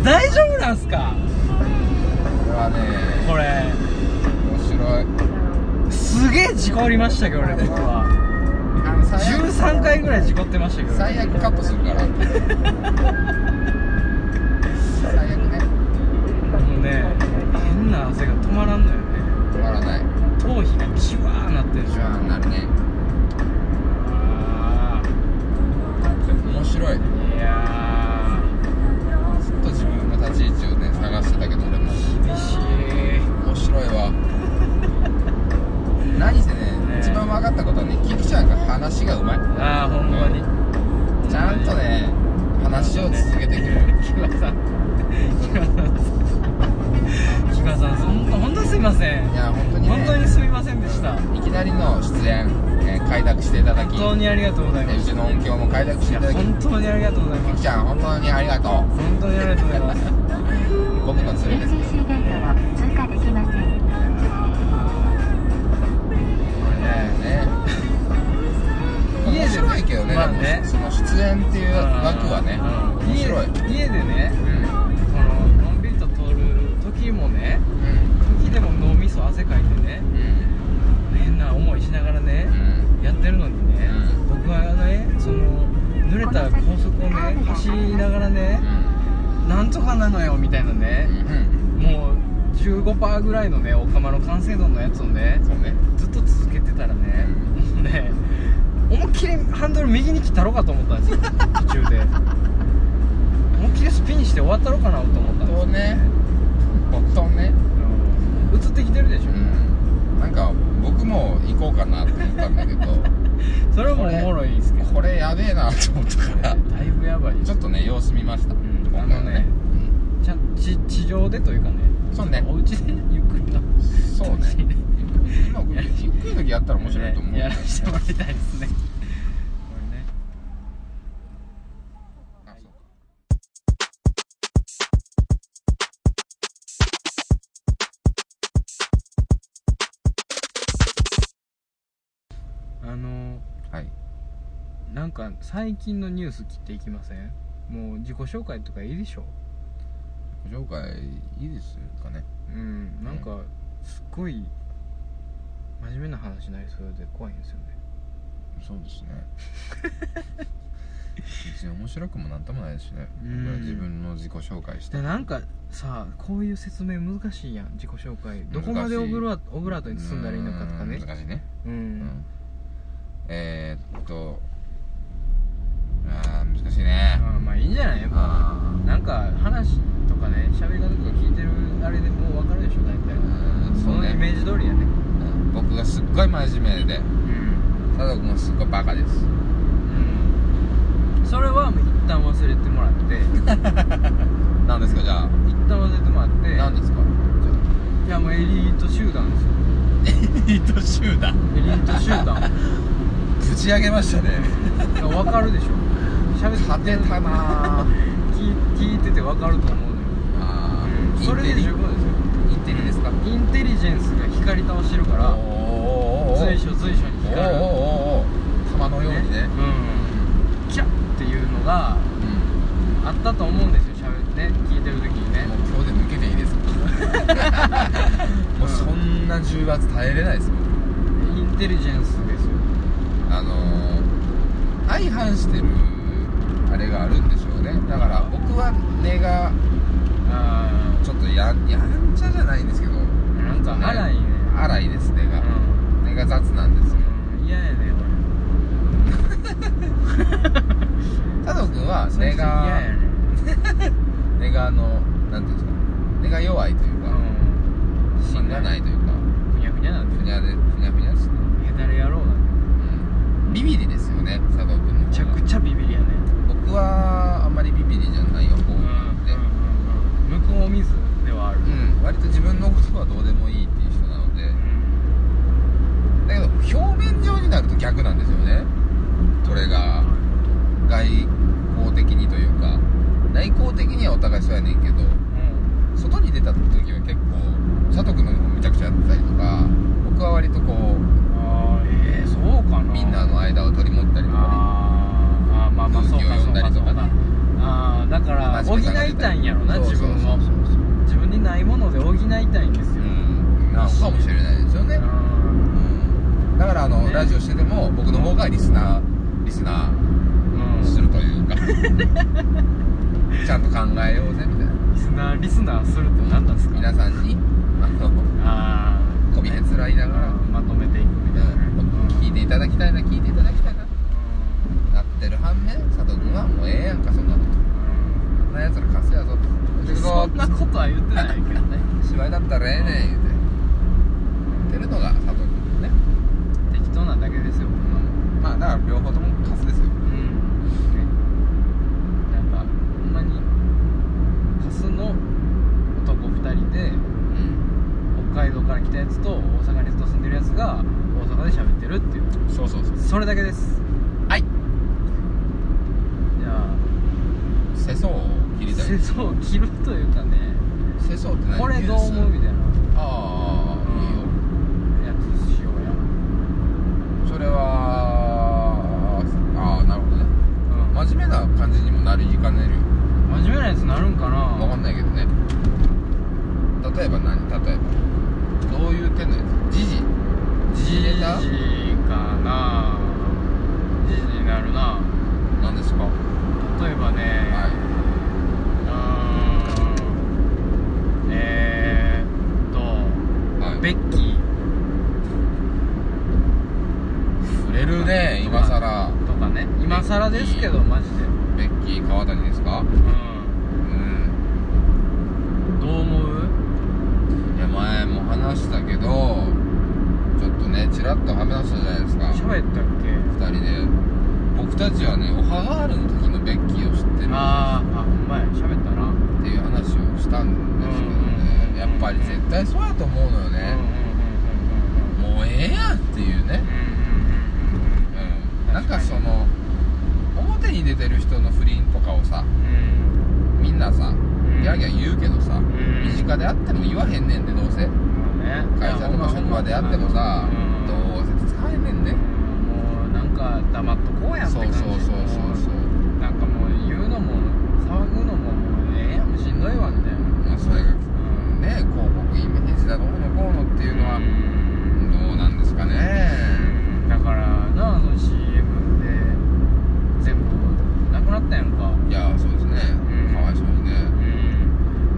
Speaker 1: 大丈夫なんすか
Speaker 2: ーいこれはね
Speaker 1: これ
Speaker 2: 面白い
Speaker 1: すげえ事故りましたけどね僕は
Speaker 2: あの最悪
Speaker 1: 13回ぐらい事故ってましたけど
Speaker 2: 最悪カットするから最悪ね
Speaker 1: もうね変な汗が止まらんのよね
Speaker 2: 止まらない
Speaker 1: 頭皮がキュワーなってるでし
Speaker 2: じ
Speaker 1: ょ
Speaker 2: ゃあなるね
Speaker 1: あ
Speaker 2: 面白い
Speaker 1: ーいや
Speaker 2: ずっと自分の立ち位置をね探してたけど俺も
Speaker 1: ー厳しい
Speaker 2: 面白いわ何せね一番分かったことはねキキちゃんが話がうまい
Speaker 1: ああほんまに
Speaker 2: ちゃんとね話を続けてくれる
Speaker 1: 木村さん木村さん木村さんほんと本当にすいません
Speaker 2: いや本当にね
Speaker 1: 本当にすみませんでした
Speaker 2: いきなりの出演、えー開拓していただき
Speaker 1: 本当にありがとうございま
Speaker 2: でう
Speaker 1: す
Speaker 2: ちの音響も開拓し
Speaker 1: い
Speaker 2: てい
Speaker 1: や
Speaker 2: ただき
Speaker 1: 本当にありがとうござい
Speaker 2: キ
Speaker 1: ま
Speaker 2: キ
Speaker 1: す
Speaker 2: ちゃん本当にありがとう
Speaker 1: 本当にありがとうございます
Speaker 2: 僕の連れて
Speaker 3: LCC ゲートを通過できません
Speaker 2: これね
Speaker 1: 家でね
Speaker 2: 面白いけどね,、
Speaker 1: まあね
Speaker 2: その出演っていう枠はね
Speaker 1: うん
Speaker 2: 面白い
Speaker 1: 家家でね
Speaker 2: うん
Speaker 1: こののんびりと通る時もね時でも脳みそ汗かいてね
Speaker 2: うんうん
Speaker 1: 変な思いしながらね
Speaker 2: う、ん
Speaker 1: やってるのにね、僕はねその濡れた高速をね走りながらね、なんとかなのよみたいなね
Speaker 2: う、ん
Speaker 1: もう15%ぐらいのねお釜の完成度のやつをね
Speaker 2: そうね
Speaker 1: ずっと続けてたらね、もうね思いっきりハンドル右に切ったろかと思ったん ですよ途中で思いっきりスピンして終わったろかなと思ったんです
Speaker 2: と
Speaker 1: よ
Speaker 2: ねほっとね
Speaker 1: うん映ってきてるでしょ、
Speaker 2: うんなんか僕も行こうかなって思ったんだけど
Speaker 1: それもおもろいですけど
Speaker 2: これやべえなと思ったから
Speaker 1: だいぶやばい
Speaker 2: ちょっとね様子見ました、
Speaker 1: ん
Speaker 2: 今回は
Speaker 1: あのねちゃん地地上でというかね
Speaker 2: うんそうね
Speaker 1: お家でゆっくりと
Speaker 2: そうね
Speaker 1: 楽しいね
Speaker 2: 今僕ゆっくりの時やったら面白いと思う、
Speaker 1: やらせてもらいたいですねこれね
Speaker 2: あそうか
Speaker 1: あの
Speaker 2: はい
Speaker 1: なんか最近のニュース切っていきませんもう自己紹介とかいいでしょ
Speaker 2: ご紹介いいですかね
Speaker 1: うんなんかすっごい真面目な話になりそうで怖いんですよね
Speaker 2: そうですね別に面白くもなんともないですしね
Speaker 1: うん
Speaker 2: 僕は自分の自己紹介して
Speaker 1: でなんかさこういう説明難しいやん自己紹介どこまでオブラオブラートに包んだらいいのかとかね
Speaker 2: うん難しいね、
Speaker 1: う
Speaker 2: うん
Speaker 1: ん
Speaker 2: えー、っとあー難しいね
Speaker 1: まあまあいいんじゃないやっぱ
Speaker 2: あ
Speaker 1: なんか話とかね喋り方とか聞いてるあれでもう分かるでしょ大
Speaker 2: ー
Speaker 1: 体
Speaker 2: うん
Speaker 1: そ
Speaker 2: そう
Speaker 1: のイメ
Speaker 2: ね
Speaker 1: ージ通りや
Speaker 2: う
Speaker 1: ね
Speaker 2: ん僕がすっごい真面目で
Speaker 1: うん、
Speaker 2: 佐藤君がすっごいバカです
Speaker 1: うん、それはもう一旦忘れてもらって
Speaker 2: なんですかじゃあ
Speaker 1: 一旦忘れてもらって
Speaker 2: 何ですか
Speaker 1: いやもうエリート集団ですよ
Speaker 2: エリート集団
Speaker 1: エリート集団
Speaker 2: ぶち上げましたね
Speaker 1: いや分かるでしょ喋って
Speaker 2: 勝てたなぁ
Speaker 1: 聞い聞いてて分かると思うのよ、
Speaker 2: あー
Speaker 1: それで十分ですよ
Speaker 2: インテリですか
Speaker 1: インテリジェンスが光り倒してるか
Speaker 2: おー
Speaker 1: ら
Speaker 2: おーおーおー
Speaker 1: 随所随所
Speaker 2: おー
Speaker 1: に光
Speaker 2: お
Speaker 1: る
Speaker 2: ーおー玉のようにね
Speaker 1: うんキャッっていうのが
Speaker 2: うん
Speaker 1: あったと思うんですよ喋ってね聞いてる時にね
Speaker 2: もう今日で抜けていいですかもうそんな重圧耐えれないですもん
Speaker 1: インテリジェンスですよ
Speaker 2: あのー相反してるあれがあるんでしょうねだから僕は根が
Speaker 1: あ
Speaker 2: ちょっとややんちゃじゃないんですけど
Speaker 1: あなんか荒いね
Speaker 2: 荒いです根
Speaker 1: う
Speaker 2: が、
Speaker 1: ん
Speaker 2: 根が雑なんですよ
Speaker 1: うん嫌やね
Speaker 2: 佐藤君は
Speaker 1: 俺
Speaker 2: 根が
Speaker 1: 嫌やね
Speaker 2: 根があのなんていうんですか根が弱いという
Speaker 1: う
Speaker 2: か、
Speaker 1: ん
Speaker 2: 芯がないというか
Speaker 1: ふにゃふにゃなん
Speaker 2: ふ
Speaker 1: で
Speaker 2: にゃでふにゃふにゃですね、
Speaker 1: ヘタレ野郎なん
Speaker 2: うん、ビビリですよね佐藤君の
Speaker 1: めちゃくちゃビビりやね
Speaker 2: 僕はあんまりビビリじゃないよ方
Speaker 1: うんうん
Speaker 2: なんで、
Speaker 1: うん向こう水
Speaker 2: はどうでもいいっていう人なのでだけど表面上になると逆なんですよねそれが外交的にというか内向的にはお互いそうやねんけど外に出た時は結構佐藤君の方もめちゃくちゃやってたりとか僕は割とこう
Speaker 1: あーえーそうかな
Speaker 2: みんなの間を取り持ったりとか
Speaker 1: あーあーまあまあそう
Speaker 2: 空気を
Speaker 1: か
Speaker 2: 読
Speaker 1: そ
Speaker 2: ん
Speaker 1: う
Speaker 2: だ
Speaker 1: か
Speaker 2: り
Speaker 1: そ
Speaker 2: と
Speaker 1: う
Speaker 2: かね
Speaker 1: かああだから
Speaker 2: 真
Speaker 1: 補
Speaker 2: 面
Speaker 1: い
Speaker 2: 目さが出
Speaker 1: たいんやろな
Speaker 2: そう
Speaker 1: 自
Speaker 2: そう
Speaker 1: 分
Speaker 2: そ
Speaker 1: を
Speaker 2: うそう
Speaker 1: 自分にないもので補いたいんですよ、
Speaker 2: うんなのかもしれないですよね、
Speaker 1: うん
Speaker 2: だからあの、
Speaker 1: ね
Speaker 2: ラジオしてても僕の方がリスナーリスナ
Speaker 1: うん
Speaker 2: ーするという かちゃんと考えようぜみたいな
Speaker 1: リスナーリスナーするって何なんですか
Speaker 2: 皆さんにあの
Speaker 1: ああ
Speaker 2: こびへつらいながら、
Speaker 1: まとめていくみたいなね
Speaker 2: うん聞いていただきたいな聞いていただきたいななってる反面佐藤君はもうええやんかそんなことあんなやつら貸せやぞと言ってく
Speaker 1: そ
Speaker 2: ぞ
Speaker 1: んなことは言ってないけどね
Speaker 2: 芝居だったらええねん言うて言ってるのが佐藤君ね
Speaker 1: 適当なだけですよ
Speaker 2: まあだから両方とも貸すですよ
Speaker 1: うんなんかほんまにカスの男2人で
Speaker 2: うん
Speaker 1: 北海道から来たやつと大阪にずっと住んでるやつが大阪で喋ってるっていう
Speaker 2: そうそうそう
Speaker 1: それだけです
Speaker 2: はい
Speaker 1: じゃあ
Speaker 2: 世相を切りたい
Speaker 1: 世相を切るというかね
Speaker 2: 世相って何
Speaker 1: これどう思うみたいな
Speaker 2: ああいいよ
Speaker 1: やつしようや
Speaker 2: それはああなるほどね
Speaker 1: うん
Speaker 2: 真面目な感じにもなりかねるよ
Speaker 1: 真面目なやつなるんかな
Speaker 2: 分かんないけどね例えば何例えばどういう点のやつ時事時事ネタ
Speaker 1: じかなじじになるな
Speaker 2: 何ですかは
Speaker 1: 例えばね、
Speaker 2: いう
Speaker 1: ーんえーっと
Speaker 2: はい
Speaker 1: ベッキー
Speaker 2: 触れるね今さら
Speaker 1: とかね今更ですけどマジで
Speaker 2: ベ
Speaker 1: う
Speaker 2: ッキー川谷ですかうんん
Speaker 1: どう思う
Speaker 2: いや前も話したけどちょっとねチラッと話したじゃないですか
Speaker 1: 喋ったっけ
Speaker 2: 2人で僕たちはねおはがールの時のベッキーを知ってる
Speaker 1: あーあほんまや喋ったな
Speaker 2: っていう話をしたんですけどね、
Speaker 1: うん
Speaker 2: やっぱり絶対そうやと思うのよ
Speaker 1: うんうんうん
Speaker 2: ね、もうええやんっていうね、
Speaker 1: う
Speaker 2: うん、
Speaker 1: ん
Speaker 2: なんかその表に出てる人の不倫とかをさ
Speaker 1: うん
Speaker 2: みんなさ
Speaker 1: ん
Speaker 2: ギャーギャー言うけどさ、
Speaker 1: ん
Speaker 2: 身近であっても言わへんねんでどうせ
Speaker 1: うんまあね
Speaker 2: 会社とか職場であってもさ、
Speaker 1: うん
Speaker 2: どうせ使えねんね、
Speaker 1: もうなんか黙っとこうやんって
Speaker 2: そう
Speaker 1: 感
Speaker 2: そう
Speaker 1: じ
Speaker 2: そうそうそう
Speaker 1: なんかもう言うのも騒ぐのももうええやんもうしんどいわみたいな
Speaker 2: まあそれがね広告イメージだどうのこうのっていうのは、どうなんですかね
Speaker 1: だからなあの CM で全部なくなったやんか
Speaker 2: いやそうですね、
Speaker 1: うん
Speaker 2: かわいそうにね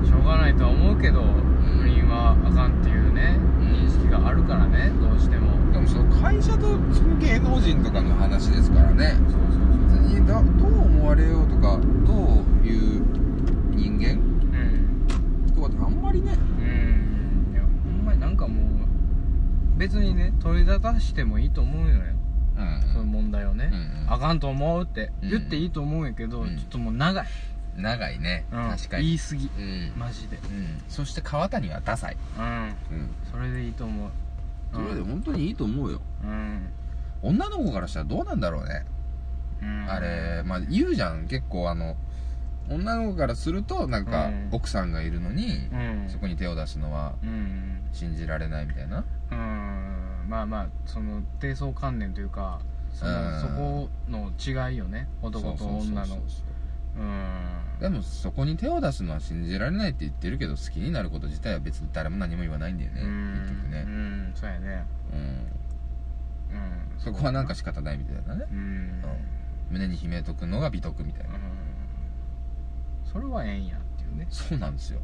Speaker 1: うんしょうがないとは思うけど不倫はあかんっていうね
Speaker 2: ん
Speaker 1: 認識があるからねどうしても
Speaker 2: でもその会社とその芸能人とかの話ですからね
Speaker 1: そうそうそう
Speaker 2: 別にだどう思われようとかどういう人間
Speaker 1: うん
Speaker 2: とかってあんまりね
Speaker 1: うんいやほんまになんかもう別にね取り立たしてもいいと思うのよ
Speaker 2: う
Speaker 1: その問題をね、
Speaker 2: うんうん
Speaker 1: あかんと思うって
Speaker 2: うん
Speaker 1: 言っていいと思うんやけど、
Speaker 2: うん
Speaker 1: ちょっともう長い、
Speaker 2: 長いね、
Speaker 1: うん
Speaker 2: 確かに
Speaker 1: 言い過ぎ
Speaker 2: うん、
Speaker 1: マジで
Speaker 2: うん、そして川谷はダサい、
Speaker 1: うん
Speaker 2: うん、
Speaker 1: それでいいと思う
Speaker 2: それで
Speaker 1: うん
Speaker 2: 本当にいいと思うよ
Speaker 1: うん、
Speaker 2: 女の子からしたらどうなんだろうね、
Speaker 1: うん
Speaker 2: あれまあ言うじゃん結構あの女の子からするとなんか、
Speaker 1: うん
Speaker 2: 奥さんがいるのに、
Speaker 1: うん
Speaker 2: そこに手を出すのは
Speaker 1: うん
Speaker 2: 信じられないみたいな
Speaker 1: うんまあまあその低層観念というかその、
Speaker 2: うん
Speaker 1: そこの違いよね男と女
Speaker 2: そうそうそう
Speaker 1: の
Speaker 2: そう
Speaker 1: うん
Speaker 2: でもそこに手を出すのは信じられないって言ってるけど好きになること自体は別に誰も何も言わないんだよね
Speaker 1: う
Speaker 2: 結局
Speaker 1: ん、う
Speaker 2: ね
Speaker 1: ん、そうやね
Speaker 2: うん
Speaker 1: うん
Speaker 2: そこはなんか仕方ないみたいなね
Speaker 1: うん、うん
Speaker 2: 胸に秘めとくのが美徳みたいな
Speaker 1: それはええんやっていうね
Speaker 2: そうなんです よ、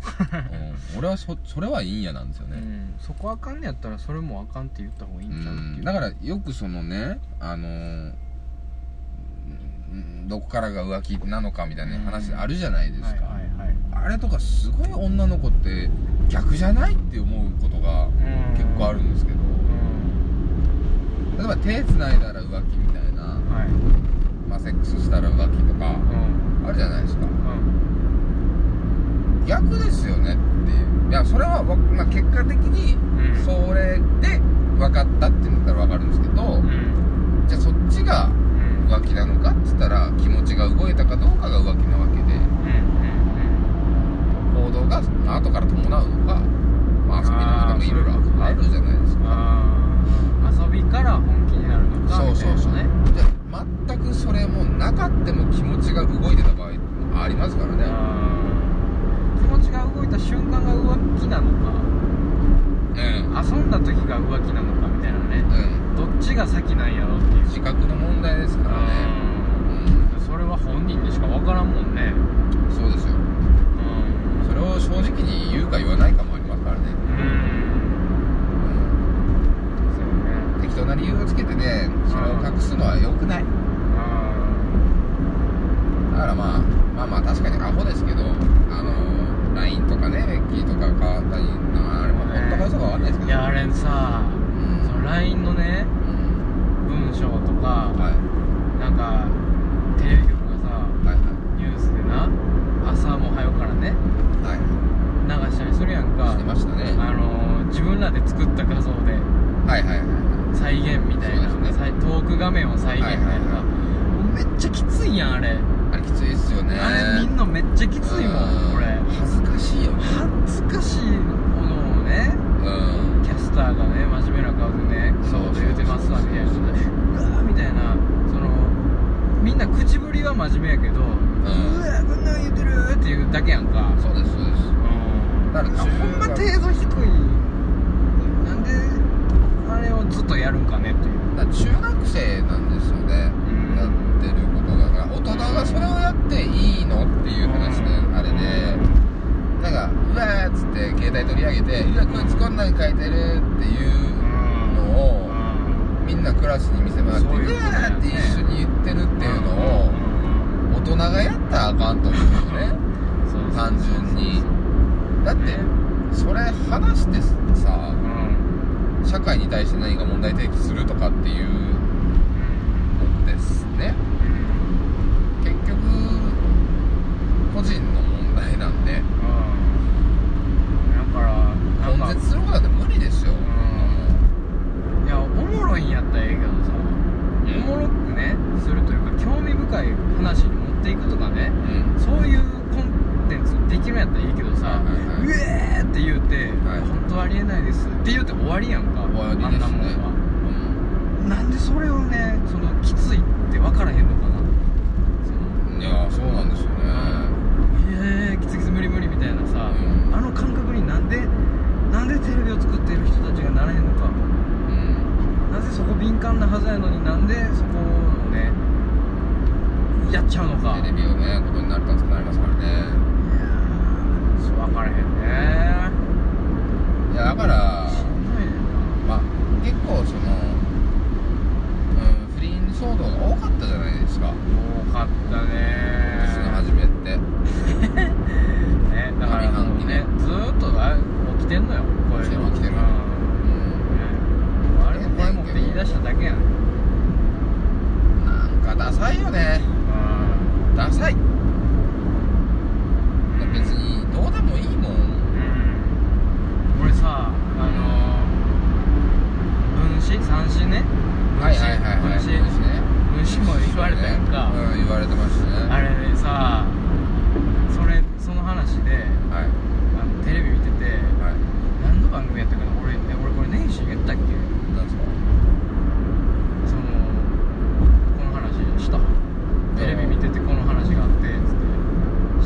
Speaker 2: うん、俺はそそれはいいんやなんですよ
Speaker 1: う
Speaker 2: ね
Speaker 1: ん、そこあかんねやったらそれもあかんって言った方がいい
Speaker 2: うん
Speaker 1: ちゃうってい
Speaker 2: ん
Speaker 1: う
Speaker 2: だからよくそのねあのーうんどこからが浮気なのかみたいな話あるじゃないです
Speaker 1: はい
Speaker 2: か、
Speaker 1: はいはい
Speaker 2: あれとかすごい女の子って逆じゃないって思うことが結構あるんですけど、
Speaker 1: うん
Speaker 2: 例えば手つないだら浮気みたいな、
Speaker 1: はい
Speaker 2: まあ、セックスしたら浮気とか
Speaker 1: うん
Speaker 2: あるじゃないですか
Speaker 1: うん
Speaker 2: 逆ですよねっていういやそれはわ、まあ、結果的に
Speaker 1: うん
Speaker 2: それで分かったって言ったら分かるんですけど、
Speaker 1: うん
Speaker 2: じゃあそっちが
Speaker 1: うん
Speaker 2: 浮気なのかって言ったら気持ちが動いたかどうかが浮気なわけで
Speaker 1: うんうん
Speaker 2: 行動が後から伴うのか、まあ、遊びなのか
Speaker 1: あー
Speaker 2: もいろいろ
Speaker 1: そういうことね
Speaker 2: あるじゃないです
Speaker 1: うん
Speaker 2: か
Speaker 1: あー遊びから本気になるのか
Speaker 2: そ
Speaker 1: み
Speaker 2: う
Speaker 1: たい
Speaker 2: そ
Speaker 1: な
Speaker 2: うそう
Speaker 1: ね
Speaker 2: で全くそれもなかっても気持ちが動いてた場合ありますからね
Speaker 1: あー気持ちが動いた瞬間が浮気なのか
Speaker 2: うん
Speaker 1: 遊んだ時が浮気なのかみたいな
Speaker 2: う
Speaker 1: ね
Speaker 2: ん
Speaker 1: どっちが先なんやろっていう
Speaker 2: 自覚の問題ですからねうん
Speaker 1: うんそれは本人にしか分からんもんね
Speaker 2: そうですよ
Speaker 1: うん
Speaker 2: それを正直に言うか言わないかもありますからね
Speaker 1: うんそうよね
Speaker 2: 適当な理由をつけてねそれを隠すのは良くない
Speaker 1: うん
Speaker 2: だからまあまあまあ確かにアホですけどあの LINE とかねベッキーとか川谷のあれも本当か嘘か分かんないですけど
Speaker 1: いやあれさ
Speaker 2: うん
Speaker 1: その LINE のね
Speaker 2: うん
Speaker 1: 文章とか
Speaker 2: はい
Speaker 1: なんかテレビ局がさ
Speaker 2: はい
Speaker 1: ニュースでな朝も早うからね
Speaker 2: はい
Speaker 1: 流したりするやん
Speaker 2: はい
Speaker 1: か
Speaker 2: してましたね
Speaker 1: あのー自分らで作った画像で
Speaker 2: はいはいはいは
Speaker 1: 再現みたいな、
Speaker 2: そうですね
Speaker 1: さいトーク画面を再現みたいな、
Speaker 2: はいはい
Speaker 1: めっちゃきついやんあれ、
Speaker 2: いあれきついっすよね
Speaker 1: あれみんなめっちゃきついもんこれ
Speaker 2: う恥ずかしいよね
Speaker 1: 恥ずかしいものをね
Speaker 2: うん
Speaker 1: キャスターがね真面目な顔でね「こんなこと言うてますわ」みたいな
Speaker 2: そうそうそう
Speaker 1: うわーみたいなそのみんな口ぶりは真面目やけど「うわーこんなん言うてる」っていうだけやんか
Speaker 2: そうですそうです
Speaker 1: うん
Speaker 2: だから
Speaker 1: ほんま程度低いなんであれをずっとやるんかねっていう
Speaker 2: だから中学生なんですよね、
Speaker 1: うん
Speaker 2: やってることが大人がそれをやっていいのっていう話で、
Speaker 1: うん
Speaker 2: あれでなんか「うわ」っつって携帯取り上げて「うわこいつこんなん書いてる」っていうのをみんなクラスに見せ回って「う
Speaker 1: そう
Speaker 2: わ
Speaker 1: いうことだよね」
Speaker 2: って一緒に言ってるっていうのを大人がやったらあかんと思うんですよね単純にだってそれ話してさ社会に対して何か問題提起するとかっていうのですね結局個人の問題なんで根絶することなんて無理ですよ、
Speaker 1: んいやおもろいんやったらええけどさおもろくねするというか興味深い話に持っていくとかね
Speaker 2: うん
Speaker 1: そういうコンテンツできるんやったらいいけど
Speaker 2: はいは
Speaker 1: さ「
Speaker 2: いはいう
Speaker 1: えー!」って言うて「
Speaker 2: はい
Speaker 1: 本当ありえないです」って言うて終わりやんか
Speaker 2: 終わりで
Speaker 1: あ
Speaker 2: す
Speaker 1: んなもん
Speaker 2: ね
Speaker 1: は
Speaker 2: うん
Speaker 1: なんでそれをねそのきついって分からへんのかなその
Speaker 2: いやそうなんですよね
Speaker 1: えー、きつきつ無理無理みたいなさ、
Speaker 2: うん
Speaker 1: あの感覚になんでなんでテレビを作っている人たちがなれへんのか
Speaker 2: うん
Speaker 1: なぜそこ敏感なはずやのになんでそこをねやっちゃうのか
Speaker 2: テレビをねことになると熱くなりますからね
Speaker 1: そう分からへんね
Speaker 2: いやだから
Speaker 1: しんどいねん
Speaker 2: まあ結構その、うん、不倫騒動が多かったじゃないですか
Speaker 1: な多かった
Speaker 2: 年の
Speaker 1: ね
Speaker 2: 初めって
Speaker 1: ねだからもうねずーっとあ起きてんのよこういうの
Speaker 2: 起きてる起きてる
Speaker 1: うん
Speaker 2: うん
Speaker 1: ねあれもこれもって言い出しただけやん、うん
Speaker 2: なんかダサいよねダサい別にどうでもいいもん
Speaker 1: うん俺さあのー、分子三子ね分
Speaker 2: はい
Speaker 1: 子
Speaker 2: はいはいはい
Speaker 1: 分子
Speaker 2: ね
Speaker 1: 分子も言われたやんか、
Speaker 2: うん言われてましたね
Speaker 1: あれでさそれその話で
Speaker 2: はい
Speaker 1: あのテレビ見てて
Speaker 2: はい
Speaker 1: 何の番組やったかな俺え俺これ年始言ったっけ
Speaker 2: なんですか
Speaker 1: そのこの話したテレビ見ててこの話があって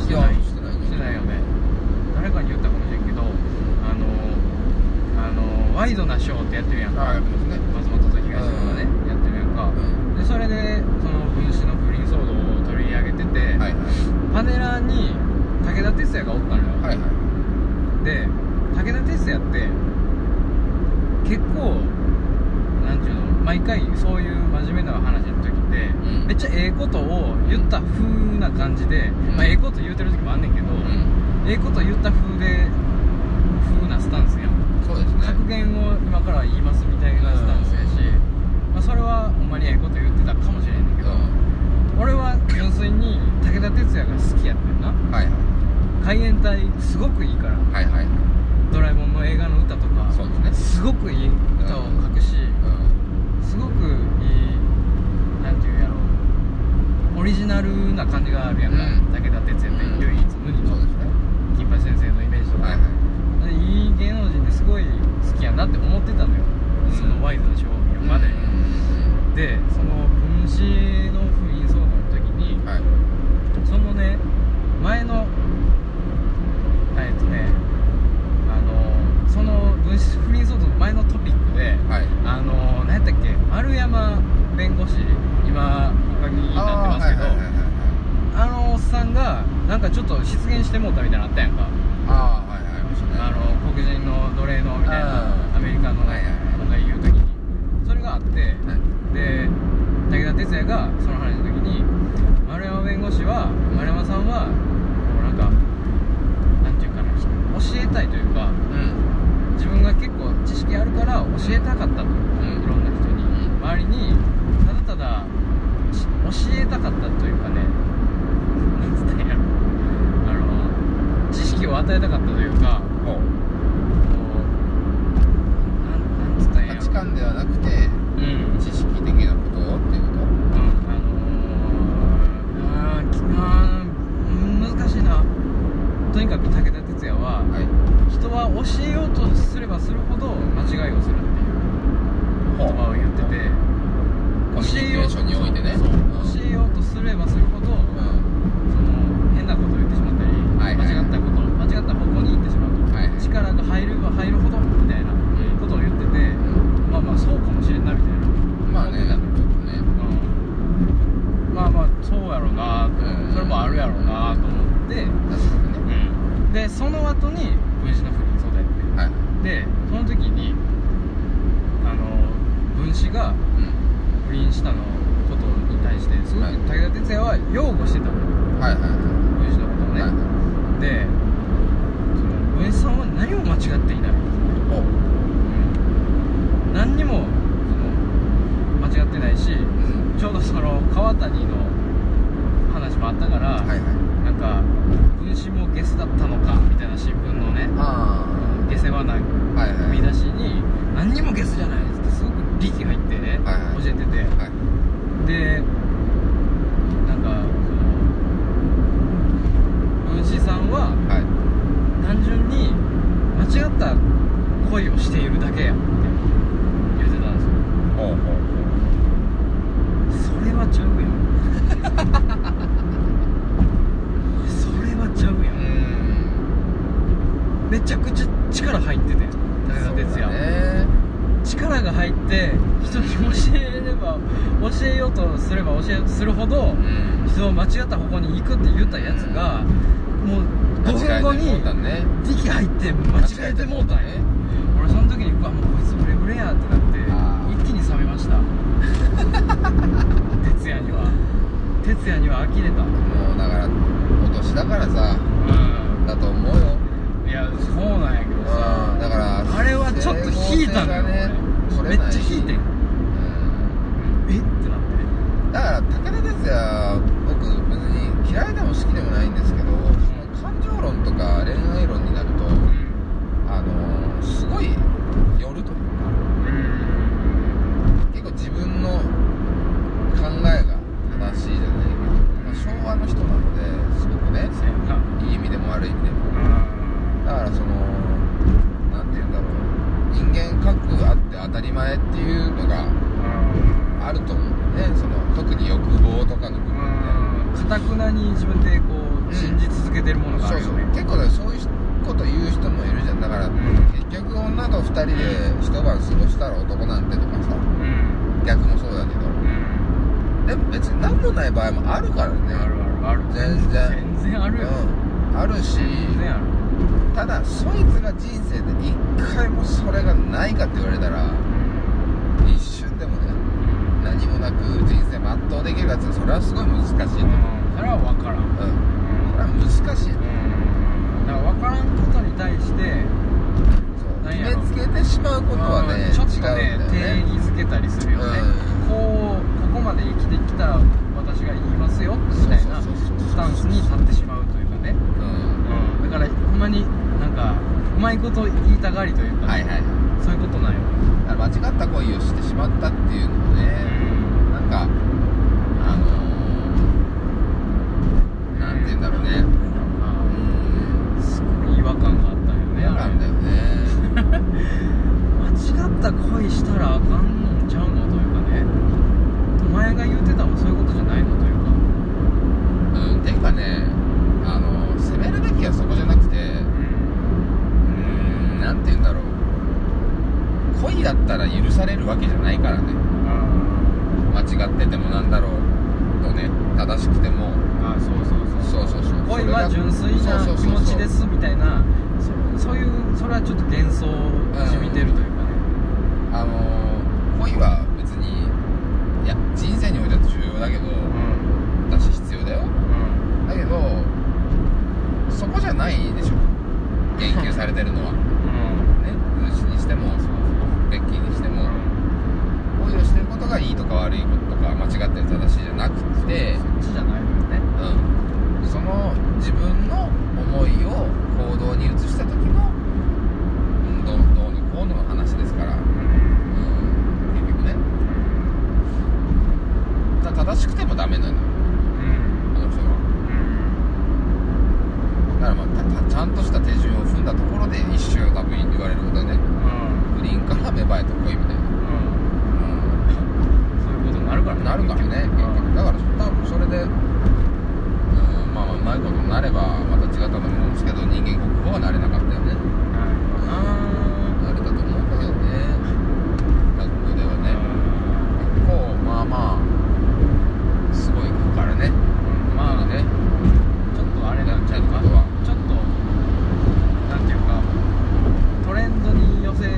Speaker 1: つってしてない
Speaker 2: いやしてないね
Speaker 1: してないよね誰かに言ったかもしれんけどあのあのワイドなショーってやってるやんか、
Speaker 2: あやってますね
Speaker 1: 松本と東山がね、やってるやんか、
Speaker 2: う
Speaker 1: でそれでその分子の不倫騒動を取り上げてて、
Speaker 2: はいはい
Speaker 1: パネラーに武田鉄矢がおったのよ、
Speaker 2: はいはい
Speaker 1: で武田鉄矢って結構なんていうの毎回そういう真面目な話の時って、
Speaker 2: うん
Speaker 1: めっちゃええことを言った風な感じで、
Speaker 2: ん
Speaker 1: まあ、ええこと言うてる時もあんねんけど、
Speaker 2: ん
Speaker 1: ええこと言った風で風なスタンスやん
Speaker 2: そうですね
Speaker 1: 格言を今から言いますみたいなスタンスやし、まあ、それはほんまにええこと言ってたかもしれんねんけど、
Speaker 2: うん
Speaker 1: 俺は純粋に武田鉄矢が好きやってんな
Speaker 2: はいはい
Speaker 1: 海援隊すごくいいから
Speaker 2: はいはい
Speaker 1: ドラえもんの映画の歌とか
Speaker 2: そうですね
Speaker 1: すごくいい歌を書くし、
Speaker 2: うん
Speaker 1: すごくいいなんていうんやろオリジナルな感じがあるやんか、
Speaker 2: うん
Speaker 1: 武田鉄矢って唯一無二
Speaker 2: そうで
Speaker 1: の
Speaker 2: すね
Speaker 1: 金八先生のイメージとか、
Speaker 2: はいはい
Speaker 1: でいい芸能人ですごい好きやなって思ってたのよ、
Speaker 2: うん
Speaker 1: そのワイズの賞を見るまで、
Speaker 2: うん
Speaker 1: でその分子の不倫騒動の時に
Speaker 2: はい
Speaker 1: そのね前のえっとねあのその分子不倫騒動の前のトピックで、
Speaker 2: はい
Speaker 1: あの何やったっけ丸山弁護士今おかみになってますけどあ,、
Speaker 2: あーはいはいはいはい
Speaker 1: のおっさんがなんかちょっと失言してもうたみたいなのあったやんか、
Speaker 2: あーはいはいありましたね
Speaker 1: あの黒人の奴隷のみたい
Speaker 2: あ
Speaker 1: な
Speaker 2: ー
Speaker 1: アメリカの
Speaker 2: はいはいはい
Speaker 1: こと言う時にそれがあって
Speaker 2: はい
Speaker 1: で武田鉄矢がその話の時に丸山弁護士は丸山さんはこうなんかなんていうかな教えたいというか
Speaker 2: うん
Speaker 1: 自分が結構知識あるから教えたかったと、
Speaker 2: ん
Speaker 1: いろんな人に、
Speaker 2: うん
Speaker 1: 周りにただただし教えたかったというかねなんつったらいいんやろあの知識を与えたかったというか
Speaker 2: ほう
Speaker 1: こうなんなんつったらいいんや
Speaker 2: 価
Speaker 1: ろ
Speaker 2: 値観ではなくて
Speaker 1: うん、うん、
Speaker 2: 知識的なことをっていうこ
Speaker 1: あのーあーきあーうん難しいなとにかく武田鉄矢は
Speaker 2: とはい
Speaker 1: 人は教えようとすればするほど間違いをするっていう言葉を言ってて
Speaker 2: コミュニケーションにおいてね
Speaker 1: そ
Speaker 2: う
Speaker 1: う
Speaker 2: ん
Speaker 1: 教えようとすればするほど、
Speaker 2: うん
Speaker 1: その変なことを言ってしまったり、
Speaker 2: はいはい
Speaker 1: 間違ったこと間違った方向に行ってしまうと、
Speaker 2: はいはい
Speaker 1: 力が入れば入るほどみたいなことを言ってて、まあまあそうかもしれんなみたいな
Speaker 2: まあね
Speaker 1: 思って
Speaker 2: ちょ
Speaker 1: た
Speaker 2: っと
Speaker 1: の
Speaker 2: ね
Speaker 1: うんまあまあそうやろうなと
Speaker 2: うん
Speaker 1: それもあるやろうなと思って、
Speaker 2: 確かにね
Speaker 1: でその後に分子の不倫相談やって
Speaker 2: はい
Speaker 1: でその時にあの分子が
Speaker 2: うん
Speaker 1: 不倫したのことに対してすごく
Speaker 2: はい
Speaker 1: 武田鉄矢は擁護してたのよ
Speaker 2: はいはいは
Speaker 1: 分子のことをね、
Speaker 2: いはい
Speaker 1: でその分子さんは何も間違っていない、
Speaker 2: ほう
Speaker 1: 何にもその間違ってないし
Speaker 2: うん
Speaker 1: ちょうどその川谷の話もあったから、
Speaker 2: はいはい
Speaker 1: なんか分子もゲスだったのかみたいな新聞のね
Speaker 2: あ
Speaker 1: 下世話な
Speaker 2: あはいはい
Speaker 1: 見出しに何にもゲスじゃないですってすごく力入ってね、
Speaker 2: はいはい
Speaker 1: 教えてて
Speaker 2: はい
Speaker 1: でなんかその分子さんは
Speaker 2: はい
Speaker 1: 単純に間違った恋をしているだけやって言ってたんですよ
Speaker 2: ほうほう
Speaker 1: それはちゃうやんそれはちゃうや
Speaker 2: うんん
Speaker 1: めちゃくちゃ力入ってて武田鉄矢、
Speaker 2: そうだね
Speaker 1: 力が入って人に教えれば教えようとすれば教えようとするほど
Speaker 2: うん
Speaker 1: 人を間違った方向に行くって言ったやつがもう5分後
Speaker 2: 間違えてもう
Speaker 1: に
Speaker 2: たね
Speaker 1: 力入って間違えてもうたんや俺その時にうわもうこいつブレブレやってなって
Speaker 2: あー
Speaker 1: 一気に冷めました 哲也には哲也には呆れた
Speaker 2: もうだからお年だからさ
Speaker 1: う
Speaker 2: だと思うよ
Speaker 1: んいやそうなんやけどさ
Speaker 2: うんだから
Speaker 1: あれはちょっと引いたのよ、
Speaker 2: 整合性がね
Speaker 1: 俺
Speaker 2: 取
Speaker 1: め
Speaker 2: れ
Speaker 1: っ
Speaker 2: ない
Speaker 1: ちゃ引いてん
Speaker 2: うん
Speaker 1: えってなって
Speaker 2: だから武田鉄矢僕別に嫌いでも好きでもないんですけど感情論とか恋愛論になるとあのすごい寄るというか結構自分の考えが正しいじゃないけど、まあ、昭和の人なのですごくね
Speaker 1: せやない
Speaker 2: い意味でも悪い意味でもだからその何て言うんだろう人間各あって当たり前っていうのがあると思うんだよねその特に欲望とかの部分
Speaker 1: かたくなに自分でこ
Speaker 2: うん
Speaker 1: う信じ続けてるものがあ
Speaker 2: そう
Speaker 1: るよ
Speaker 2: そう
Speaker 1: ね
Speaker 2: 結構だからそういうこと言う人もいるじゃんだから、
Speaker 1: ん
Speaker 2: 結局女と2人で一晩過ごしたら男なんてとかさ
Speaker 1: うん
Speaker 2: 逆もそうだけど
Speaker 1: うん
Speaker 2: でも別に何もない場合もあるからね
Speaker 1: あるあるある
Speaker 2: 全然
Speaker 1: 全然あるよ
Speaker 2: うん、あるし
Speaker 1: 全然ある
Speaker 2: ただそいつが人生で一回もそれがないかって言われたら一瞬でもね何もなく人生全うできるやつはそれはすごい難しいと
Speaker 1: う
Speaker 2: 思う、
Speaker 1: んそれは分からん
Speaker 2: うん、それは難しい
Speaker 1: だから分からんことに対して
Speaker 2: そう
Speaker 1: なん
Speaker 2: 決
Speaker 1: やろ
Speaker 2: めつけてしまうことはね、
Speaker 1: うんちょっと
Speaker 2: 違う
Speaker 1: ね
Speaker 2: んだよね
Speaker 1: 定義づけたりするよね
Speaker 2: う
Speaker 1: こうここまで生きてきたら私が言いますよみたいな
Speaker 2: そうそうそうそう
Speaker 1: スタンスに立ってしまうというかね
Speaker 2: うん
Speaker 1: うんんまになんかうまいこと言いたがりという
Speaker 2: は
Speaker 1: か、
Speaker 2: いはい
Speaker 1: そういうことなんよ、
Speaker 2: だから間違った恋をしてしまったっていうのもねなんかあのー、なんて言うんだろうねうん
Speaker 1: すごい違和感があったよね
Speaker 2: 嫌
Speaker 1: あれ
Speaker 2: なんだよね
Speaker 1: 間違った恋したらあかんのちゃうのというかねお前が言うてたのはそういうことじゃないのというか
Speaker 2: うんていうかねあの責めるべきはそこじゃなくてうんなんて言うんだろう恋だったら許されるわけじゃないからね間違っててもなんだろうとね正しくても
Speaker 1: ああそうそう
Speaker 2: そうそうそう
Speaker 1: 恋は純粋な気持ちですみたいなそそういうそれはちょっと幻想をじみてるというかね、
Speaker 2: あの恋は別にいや人生においては重要だけど
Speaker 1: うん
Speaker 2: だし必要だよ
Speaker 1: うん
Speaker 2: だけどそこじゃないでしょ言及されてる のはね分子にしてもベッキーにしても恋をしてることがいいとか悪いこととか間違ってる正しいじゃなくて
Speaker 1: そっちじゃないのよね
Speaker 2: うん、その自分の思いを行動に移した時の、うん、どうどうのこうのの話ですから、うん、結局ねだ正しくてもダメなのよあの人はだから、まあ、たたちゃんとした手順を踏んだところで一周多分言われることはね不倫から芽生えた恋みたいな、
Speaker 1: そういうことになるから
Speaker 2: なるからね結局だから多分それで、うん、まあうまいことになればまた違ったと思うんですけど人間国宝はなれなかったよね慣れたと思うんだけどね学校ではね結構まあまあすごい子からね
Speaker 1: まあ
Speaker 2: ね
Speaker 1: ちょっとあれなんちゃうかちょっとなんていうかトレンドに寄せる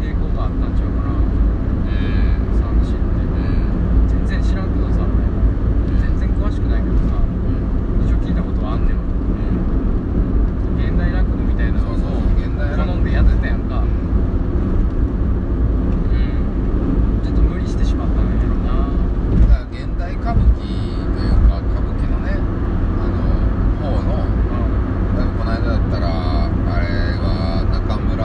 Speaker 1: 抵抗があったんちゃうかな
Speaker 2: うん
Speaker 1: 三振って全然知らんけどさ俺全然詳しくないけどさ一応聞いたことはあんねん現代落語みたいなのを
Speaker 2: そうそう現代落語
Speaker 1: 好んでやってたやんかちょっと無理してしまったんやろな
Speaker 2: だから現代歌舞伎というか歌舞伎のねあの方のだからこの間だったらあれは中村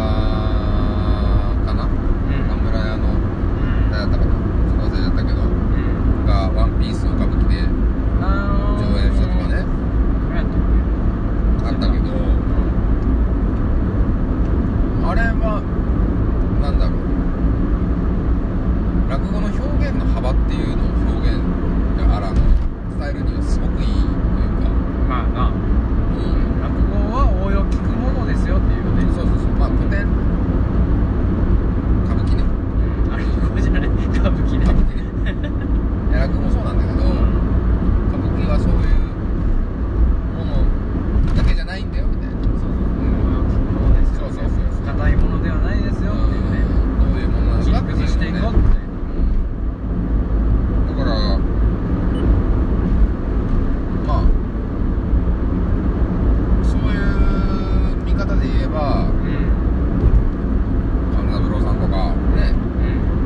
Speaker 2: かな、中村屋の誰だったかなちょっと忘れちゃったけどが「ワンピースの歌舞伎で
Speaker 1: あー
Speaker 2: 上演したとかね
Speaker 1: 何やった
Speaker 2: あった
Speaker 1: っけ
Speaker 2: けどあれはなんだろう落語の表現の幅っていうのを表現があらの伝えるにはすごくいいというか、
Speaker 1: まあ
Speaker 2: う
Speaker 1: な
Speaker 2: ん
Speaker 1: 落語は応用聞くものですよっていうね
Speaker 2: そうそうそうまあ古典歌舞伎ね
Speaker 1: あれこれじゃない歌舞伎ね
Speaker 2: 歌舞伎ねいや落語もそうなんだけど、歌舞伎はそういうものだけじゃないんだよみたいな、
Speaker 1: そうそう応用聞くものですよ
Speaker 2: そうそうそう
Speaker 1: 硬いものではないですよっていうね
Speaker 2: どういうものなの
Speaker 1: シ
Speaker 2: か
Speaker 1: ン
Speaker 2: って
Speaker 1: ク
Speaker 2: いうのをね
Speaker 1: スしていこうって
Speaker 2: だからまあそういう見方で言えば
Speaker 1: うん
Speaker 2: 勘三郎さんとかね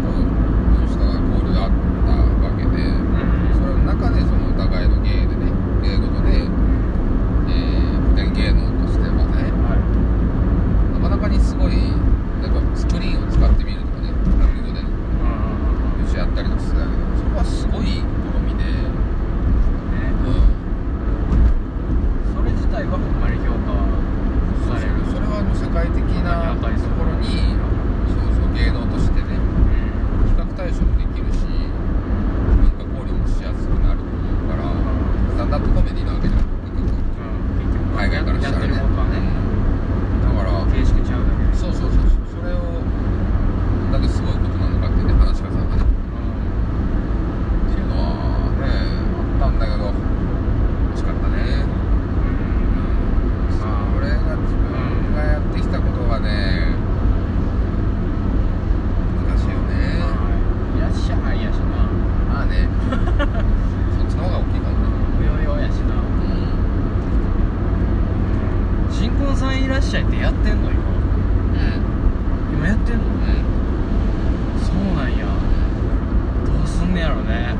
Speaker 2: こういう人が交流があったわけでそれの中でそのお互いの芸でね芸事で、えー、古典芸能としてはね
Speaker 1: は
Speaker 2: なかなかにすごいなんかスクリーンを使ってみるとかね落語でねうちやったりとかしてたけどそこはすごい試みで
Speaker 1: いね
Speaker 2: うん。
Speaker 1: それ自体はほんまに評価
Speaker 2: そ
Speaker 1: は
Speaker 2: う
Speaker 1: される
Speaker 2: それはもう世界的なところにそうそう芸能としてね
Speaker 1: うん
Speaker 2: 比較対象もできるし文化交流もしやすくなると思うからスタンダップコメディなわけじゃなくて結局
Speaker 1: 結局
Speaker 2: 海外からしたらね
Speaker 1: やってることはね
Speaker 2: うんだから
Speaker 1: 形式ちゃうだけです
Speaker 2: そうそうそうそうそれをどんだけすごいことなのかってね話がされたねっていうのはねあったんだけど惜しかったね
Speaker 1: まあ
Speaker 2: 俺が自分がやってきたことがね難しいよね
Speaker 1: いらっしゃいやしな
Speaker 2: まあねそっちの方が大きいかもね
Speaker 1: およよやしな新婚さんいらっしゃいってやってんの今
Speaker 2: うんうん
Speaker 1: 今やってんのそうなんやどうすんねやろね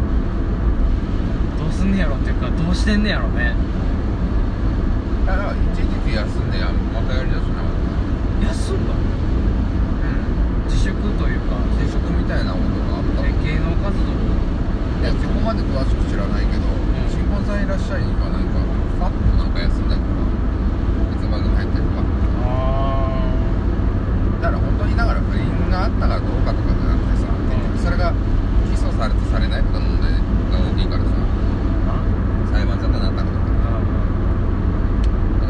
Speaker 1: どうすんねやろっていうかどうしてんねやろね
Speaker 2: たら一時期休んでやまたやりだすな
Speaker 1: 休んだ
Speaker 2: うん
Speaker 1: 自粛というか
Speaker 2: 定食みたいなことがあった
Speaker 1: え
Speaker 2: い
Speaker 1: 芸能活動
Speaker 2: やそこまで詳しく知らないけど、
Speaker 1: ん
Speaker 2: 新婚さんいらっしゃいにかなんかファッとなんか休んだりとか別番組入ったりとか
Speaker 1: あ
Speaker 2: だから本当にだから不倫があったかどうかとかじゃなくてさ結局それが起訴されてされないとか問題が大きいからさ裁判沙汰になったりとか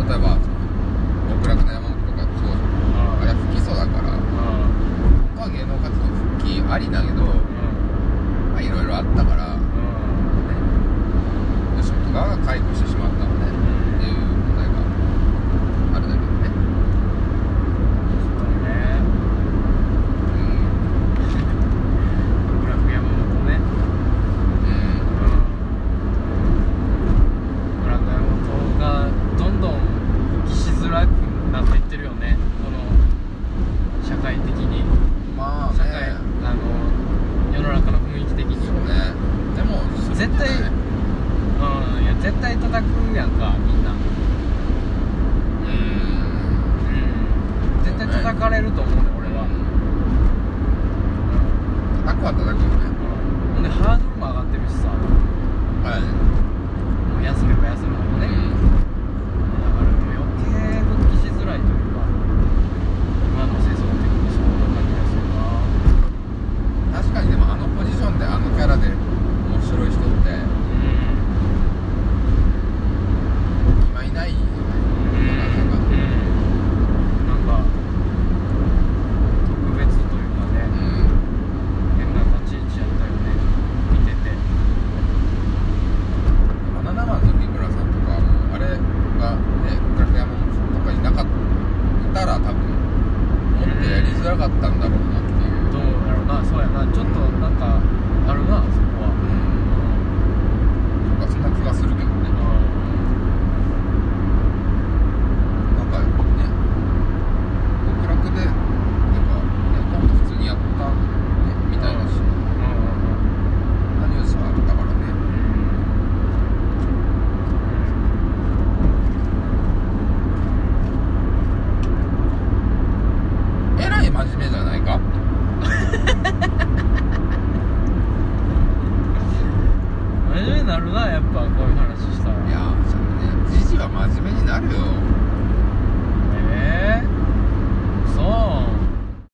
Speaker 2: 例えば極楽の山本とかそうじゃんあれは不起訴だから僕は芸能活動復帰ありだけど、まあ、いろいろあったから、ね、吉本側が解雇してしまったので、っていう問題があるだけどね、うんうん、
Speaker 1: 社会的に
Speaker 2: まあね
Speaker 1: 社会あの世の中の雰囲気的に
Speaker 2: そうねでもそれ
Speaker 1: 絶対
Speaker 2: ね
Speaker 1: うんいや絶対叩くやんかみんな
Speaker 2: うん
Speaker 1: うん絶対叩かれると思うね俺は
Speaker 2: 叩くは叩くよね
Speaker 1: ほんでハードルも上がってるしさも
Speaker 2: はいう
Speaker 1: 休めば休むほどねだからもう余計復帰しづらいというか今の世相的にそうな感じが
Speaker 2: 確
Speaker 1: するな
Speaker 2: かにでもあのポジションであのキャラで面白い人って今いないよねなかなか
Speaker 1: うんなんか特別というかね
Speaker 2: うん
Speaker 1: 変な立ち位置やったよね見てて
Speaker 2: バナナマンの三村さんとかはもうあれがねクラフト山本さんとかになかったら多分もっとやりづらかったんだろうなっていう
Speaker 1: どうやろうなそうやなちょっとなんかあるなそこは
Speaker 2: うんなんかそんな気がするけどね